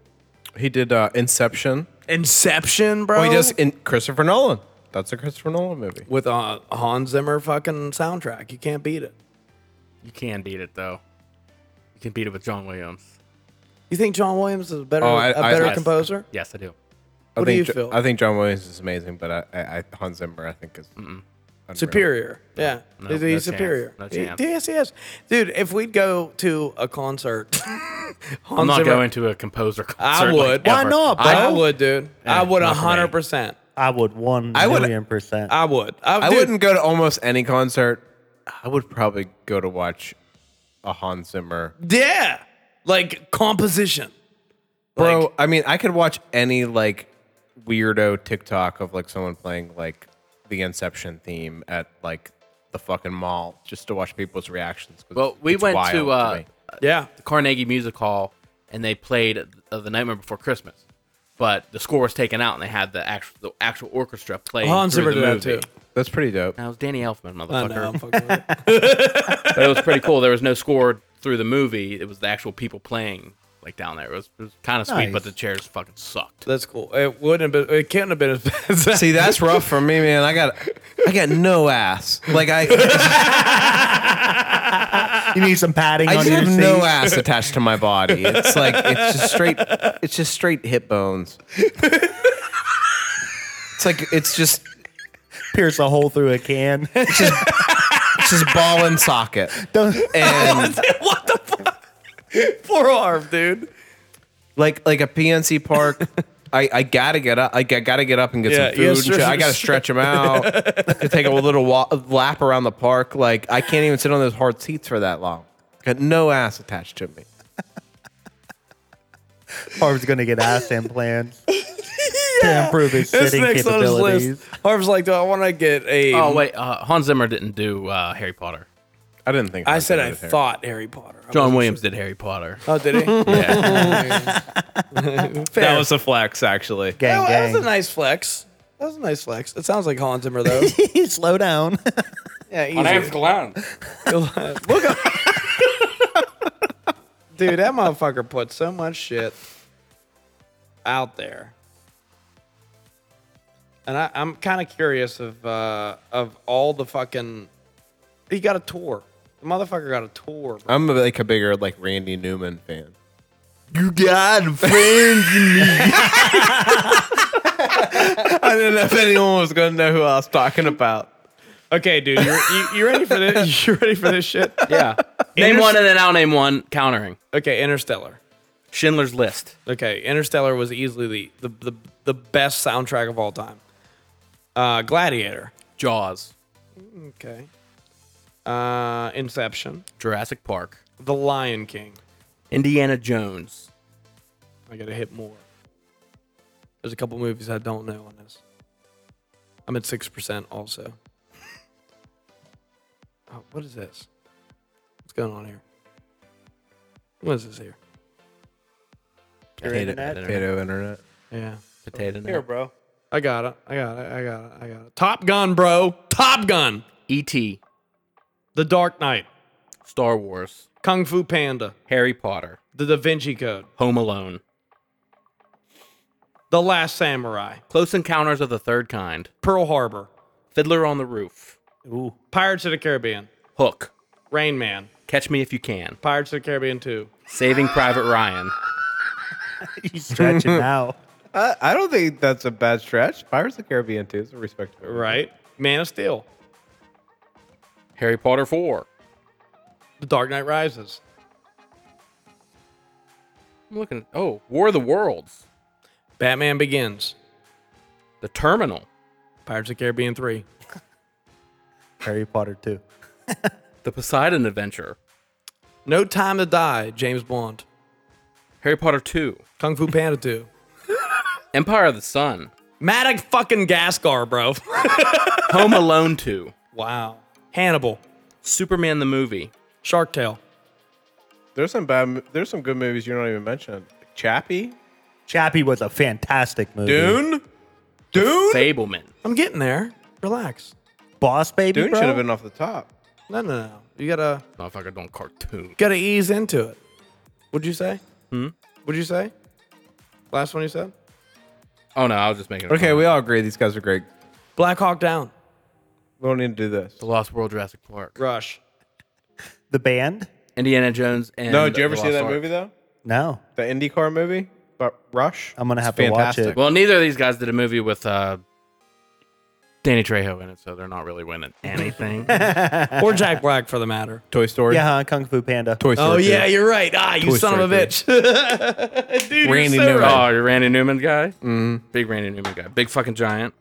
S4: He did uh, Inception.
S1: Inception, bro.
S4: Oh, he does in Christopher Nolan. That's a Christopher Nolan movie.
S1: with a Hans Zimmer fucking soundtrack. You can't beat it.
S2: You can beat it though. You can beat it with John Williams.
S1: You think John Williams is a better
S4: Oh, I-
S1: a
S4: I-
S1: better
S4: yes.
S1: composer?
S2: Yes, I do.
S4: I
S1: What do
S4: think
S1: you
S4: Jo-
S1: feel?
S4: I think John Williams is amazing, but I, I, I Hans Zimmer I think is unreal.
S1: Superior. Yeah.
S2: No,
S1: he's
S2: no
S1: he's
S2: chance.
S1: superior.
S2: No
S1: He-
S2: chance.
S1: yes, yes. Dude, if we'd go to a concert, [LAUGHS] Hans
S2: I'm not
S1: Zimmer,
S2: going to a composer concert.
S1: I
S2: like,
S1: would.
S2: ever.
S1: I would, dude. I
S2: Eh,
S1: would
S2: not for me.
S1: 100%.
S3: I would one
S4: I would-
S3: million percent.
S1: I would. I,
S4: I
S1: dude,
S4: wouldn't go to almost any concert. I would probably go to watch a Hans Zimmer.
S1: Yeah. Like composition.
S4: Bro,
S1: Like-
S4: I mean, I could watch any like weirdo TikTok of like someone playing like the Inception theme at like the fucking mall just to watch people's reactions. 'cause
S2: Well, we
S4: it's
S2: went
S4: wild
S2: to, uh,
S4: me.
S1: Yeah.
S2: the Carnegie Music Hall and they played uh, the Nightmare Before Christmas, but the score was taken out and they had the actual the actual orchestra playing.
S1: Hans
S2: through
S1: Zimmer
S2: the
S1: did that
S2: movie.
S1: too.
S4: That's pretty dope.
S2: That was Danny Elfman,
S1: I know. I'm
S2: motherfucker.
S1: fucking with it.
S2: [LAUGHS] but it was pretty cool. There was no score through the movie. It was the actual people playing like down there. It was, it was kind of sweet, but
S3: Nice.
S2: the chairs fucking sucked.
S1: That's cool. It wouldn't have been, it couldn't have been [LAUGHS] as bad as that.
S4: [LAUGHS] See, that's rough for me, man. I got I got no ass. Like I
S3: you need some padding
S4: I
S3: on
S4: just
S3: your
S4: have
S3: seat.
S4: no ass attached to my body. It's like it's just straight. It's just straight hip bones. It's like it's just
S3: Pierce a hole through a can. [LAUGHS]
S4: it's just ball and socket.
S3: Don't-
S4: And
S1: what the fuck? Forearm, dude.
S4: [LAUGHS] like like a PNC park, [LAUGHS] I, I gotta get up. I got- gotta get up and get
S1: Yeah,
S4: some
S1: yeah,
S4: food. and
S1: sure,
S4: shit. I
S1: sure, [LAUGHS]
S4: gotta
S1: sure.
S4: stretch them [LAUGHS] out. to take a little wa- lap around the park. Like I can't even sit on those hard seats for that long. Got no ass attached to me.
S3: Harv's gonna get
S4: [LAUGHS]
S3: ass implants to improve his sitting capabilities.
S1: Harv's like, do I want to get a?
S2: Oh wait, uh, Hans Zimmer didn't do uh, Harry Potter.
S4: I didn't think.
S1: I
S4: was
S1: said
S4: gonna
S1: I
S4: do that.
S1: thought Harry Potter. I
S2: John
S1: wasn't
S2: Williams did Harry Potter.
S1: sure. Oh, did
S2: [LAUGHS]
S1: he? Fair.
S4: that was a flex, actually.
S3: Gang,
S1: That- that was a
S3: gang.
S1: nice flex. That was a nice flex. It sounds like Hans Zimmer though.
S3: [LAUGHS] Slow down.
S1: [LAUGHS] yeah, easy. [LAUGHS] Look up. [LAUGHS] Dude, that motherfucker put so much shit out there. And I, I'm kind of curious of uh, of all the fucking. He got a tour. The motherfucker got a tour. Bro.
S4: I'm like a bigger like Randy Newman fan.
S6: You got friends.
S4: I didn't know if anyone was gonna know who I was talking about.
S1: Okay, dude, you're, you, [LAUGHS] you ready for this? You ready for this shit? Yeah.
S2: Name one and then I'll name one countering.
S1: Okay, Interstellar.
S2: Schindler's List.
S1: Okay, Interstellar was easily the the, the, the best soundtrack of all time. Uh, Gladiator.
S2: Jaws.
S1: Okay. Uh, Inception.
S2: Jurassic Park.
S1: The Lion King.
S2: Indiana Jones.
S1: I gotta hit more. There's a couple movies I don't know on this. I'm at six percent also. [LAUGHS] oh, what is this? What's going on here? What is this here?
S3: Your internet?
S4: Potato internet.
S1: Yeah.
S2: Potato.
S3: Here,
S2: Nut.
S3: bro.
S1: I got it. I got it. I got it. I got it. Top Gun, bro. Top Gun.
S2: E.T.
S1: The Dark Knight.
S2: Star Wars.
S1: Kung Fu Panda.
S2: Harry Potter.
S1: The Da Vinci Code.
S2: Home Alone.
S1: The Last Samurai.
S2: Close Encounters of the Third Kind.
S1: Pearl Harbor.
S2: Fiddler on the Roof.
S3: Ooh,
S1: Pirates of the Caribbean.
S2: Hook.
S1: Rain Man.
S2: Catch Me If You Can.
S1: Pirates of the Caribbean 2.
S2: Saving Private Ryan.
S3: you stretching now.
S4: I, I don't think that's a bad stretch. Pirates of the Caribbean too. It's a respectable.
S1: Right? Man of Steel.
S2: Harry Potter 4.
S1: The Dark Knight Rises.
S2: I'm looking. Oh, War of the Worlds.
S1: Batman Begins.
S2: The Terminal.
S1: Pirates of the Caribbean 3.
S3: Harry Potter too.
S2: The Poseidon Adventure.
S1: No Time to Die. James Bond.
S2: Harry Potter 2.
S1: Kung Fu Panda 2.
S2: Empire of the Sun.
S1: Maddox fucking Gascar, bro. [LAUGHS]
S2: Home Alone 2.
S1: wow. Hannibal.
S2: Superman the movie.
S1: Shark Tale.
S4: There's some bad. mo- um, There's some good movies you're not even mentioning. Chappie.
S3: Chappie was a fantastic movie.
S4: Dune. Dune.
S2: Fableman.
S1: I'm getting there. Relax.
S3: Boss Baby,
S4: Dune
S3: bro?
S4: should have been off the top.
S1: No, no, no. You gotta
S2: Motherfucker don't cartoon.
S1: gotta ease into it. What'd you say? Hmm? What'd you say? Last one you said?
S2: Oh no, I was just making. a
S4: Okay,
S2: comment.
S4: we all agree these guys are great.
S1: Black Hawk Down.
S4: We don't need to do this.
S2: The Lost World, Jurassic Park,
S1: Rush.
S3: The band?
S2: Indiana Jones, and
S4: No, did you
S2: The
S4: ever see
S2: Lost
S4: that
S2: Ark.
S4: movie though?
S3: No.
S4: The IndyCar movie, but Rush.
S3: I'm gonna have to watch it.
S2: Well, neither of these guys did a movie with uh, Danny Trejo in it, so they're not
S4: [LAUGHS]
S2: really winning anything.
S1: or Jack Black for the matter.
S4: Toy Story.
S3: Yeah, huh? Kung Fu Panda.
S4: Toy Story.
S1: Oh yeah, you're right. Ah, you
S4: Toy
S1: son of a
S4: Story
S1: bitch. [LAUGHS] Dude, you're
S4: Randy
S1: so
S4: Newman.
S1: right.
S2: oh, you're Randy Newman guy. Mm. Big Randy Newman guy. Big fucking giant.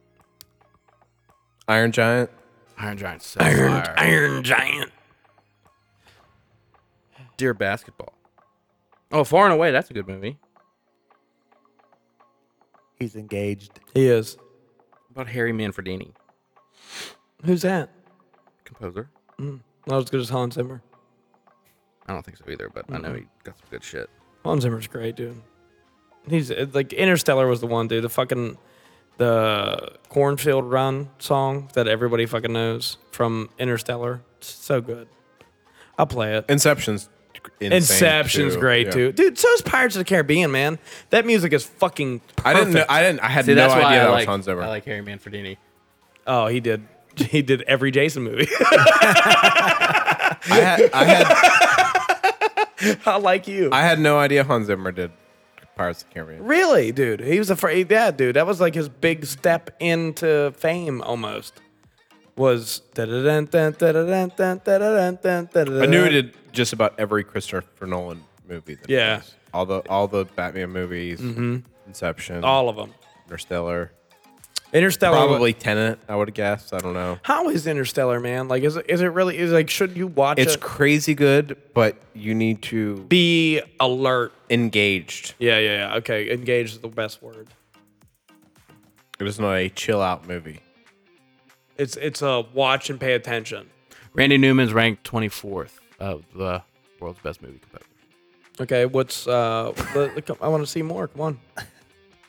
S4: Iron Giant.
S2: Iron Giant. So Iron.
S1: Iron Giant.
S2: Dear basketball. Oh, Far and Away. That's a good movie.
S3: Oh. He's engaged.
S1: He is.
S2: About Harry Manfredini,
S1: Who's that?
S2: composer.
S1: Not as good as Hans Zimmer.
S2: I don't think so either, but I know he got some good shit.
S1: Hans Zimmer's great, dude. He's it's like Interstellar was the one, dude. The fucking the cornfield run song that everybody fucking knows from Interstellar. It's so good. I'll play it.
S4: Inception's. insane,
S1: Inception's great
S4: Yeah.
S1: too, dude. So is Pirates of the Caribbean, man. That music is fucking. Perfect.
S4: I didn't. Know, I didn't. I had
S2: See,
S4: no
S2: that's why
S4: idea
S2: I
S4: that
S2: like,
S4: was Hans Zimmer.
S2: I like Harry Manfredini.
S1: Oh, he did. [LAUGHS] He did every Jason movie. [LAUGHS]
S4: I had. I had,
S1: I like you.
S4: I had no idea Hans Zimmer did Pirates of the Caribbean.
S1: really, dude. He was afraid. Yeah, dude. That was like his big step into fame almost. Was I
S4: I knew
S1: knew
S4: he did just about every Christopher Nolan movie. that he
S1: Yeah.
S4: does. All the all the Batman movies, Inception,
S1: all of them.
S4: Interstellar,
S1: Interstellar.
S4: probably Tenant. I would guess. I don't know.
S1: How is Interstellar, man? Like, is it is it really? Is like, should you watch
S4: It's
S1: it?
S4: crazy good, but you need to be
S1: Be alert.
S4: engaged.
S1: Yeah, yeah, yeah. Okay, engage is the best word.
S4: It was not a chill out movie.
S1: It's it's a watch and pay attention.
S2: Randy Newman's ranked 24th of the world's best movie composers.
S1: Okay, what's uh? the- the- I want to see more. Come on.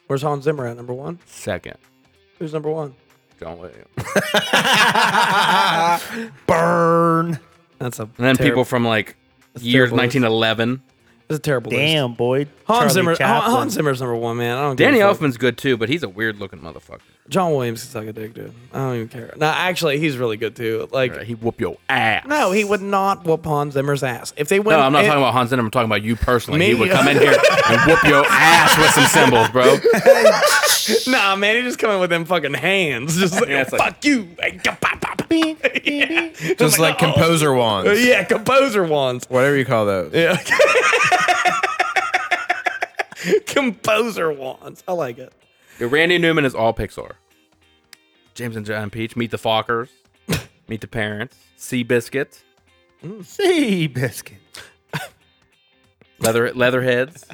S1: Where's Hans Zimmer at number one?
S2: Second,
S1: Who's number one?
S2: John Williams.
S3: Burn.
S1: That's a
S2: And then people from like years
S1: terrible.
S2: 1911.
S1: It's a terrible list.
S3: Damn, boy.
S1: Hans
S3: Charlie
S1: Zimmer. Han-
S3: Chaplin.
S1: Hans Zimmer's number one, man. I don't. give
S2: Danny
S1: a fuck.
S2: Elfman's good too, but he's a weird looking motherfucker.
S1: John Williams can suck a dick, dude. I don't even care. No, actually, he's really good too. Like,
S2: Right, He whoop your ass.
S1: no, he would not whoop Hans Zimmer's ass if they went.
S2: No, I'm not
S1: it-
S2: talking about Hans Zimmer. I'm talking about you personally.
S1: Me?
S2: He would come in here and whoop
S1: [LAUGHS]
S2: your ass with some cymbals, bro.
S1: Nah, man, he just coming with them fucking hands. [LAUGHS] Just like,
S2: Yeah, it's like-
S1: fuck you. Hey, ka- pa- pa- pa. [LAUGHS] yeah.
S4: Just
S1: I'm
S4: like
S1: oh.
S4: composer wands.
S1: Yeah, composer wands.
S4: Whatever you call those.
S1: Yeah. [LAUGHS] composer wands. I like it.
S2: Randy Newman is all Pixar. James and John Peach, Meet the Fockers,
S1: [LAUGHS]
S2: Meet the Parents, Sea Biscuit,
S1: Mm,
S3: Sea biscuit.
S2: [LAUGHS] Leather Leatherheads.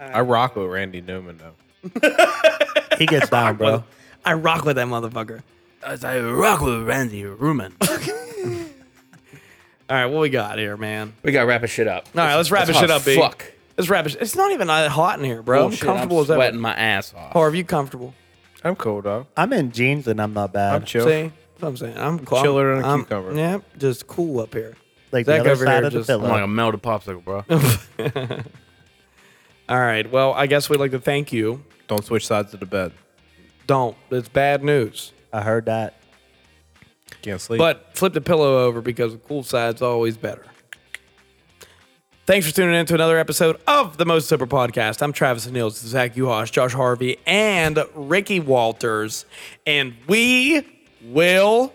S4: I rock with Randy Newman though.
S3: He gets down, bro.
S1: I rock with that motherfucker.
S2: As I rock with Randy Newman.
S1: All right, what we got here, man?
S2: we gotta wrap this shit up.
S1: All right, let's wrap this
S2: hot
S1: shit up,
S2: as
S1: B.
S2: Fuck.
S1: Let's wrap it. It's not even that hot in here, bro.
S2: Bullshit,
S1: I'm comfortable
S2: I'm
S1: as ever.
S2: sweating my ass off.
S1: Or are you comfortable?
S4: I'm cool though.
S3: I'm in jeans and I'm not bad.
S4: I'm chill.
S1: See, That's what I'm saying I'm cool.
S4: Chiller than a
S1: I'm-
S4: cucumber.
S1: Yep, just cool up here.
S3: like
S1: Zach
S3: the other
S1: over
S3: side
S1: here
S3: of the
S1: just-
S3: pillow.
S2: I'm like a melted popsicle, bro.
S1: All right. Well, I guess we'd like to thank you.
S4: Don't switch sides of the bed.
S1: Don't. It's bad news.
S3: I heard that.
S4: Can't sleep.
S1: But flip the pillow over because the cool side's always better. Thanks for tuning in to another episode of the Most Sober Podcast. I'm Travis Nils, Zach Uhosh, Josh Harvey, and Ricky Walters. And we will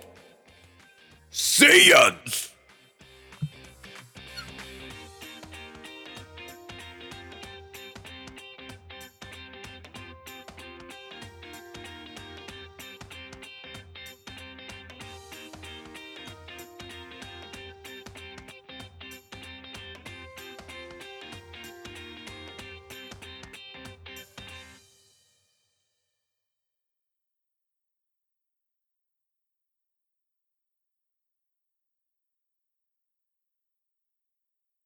S1: see you.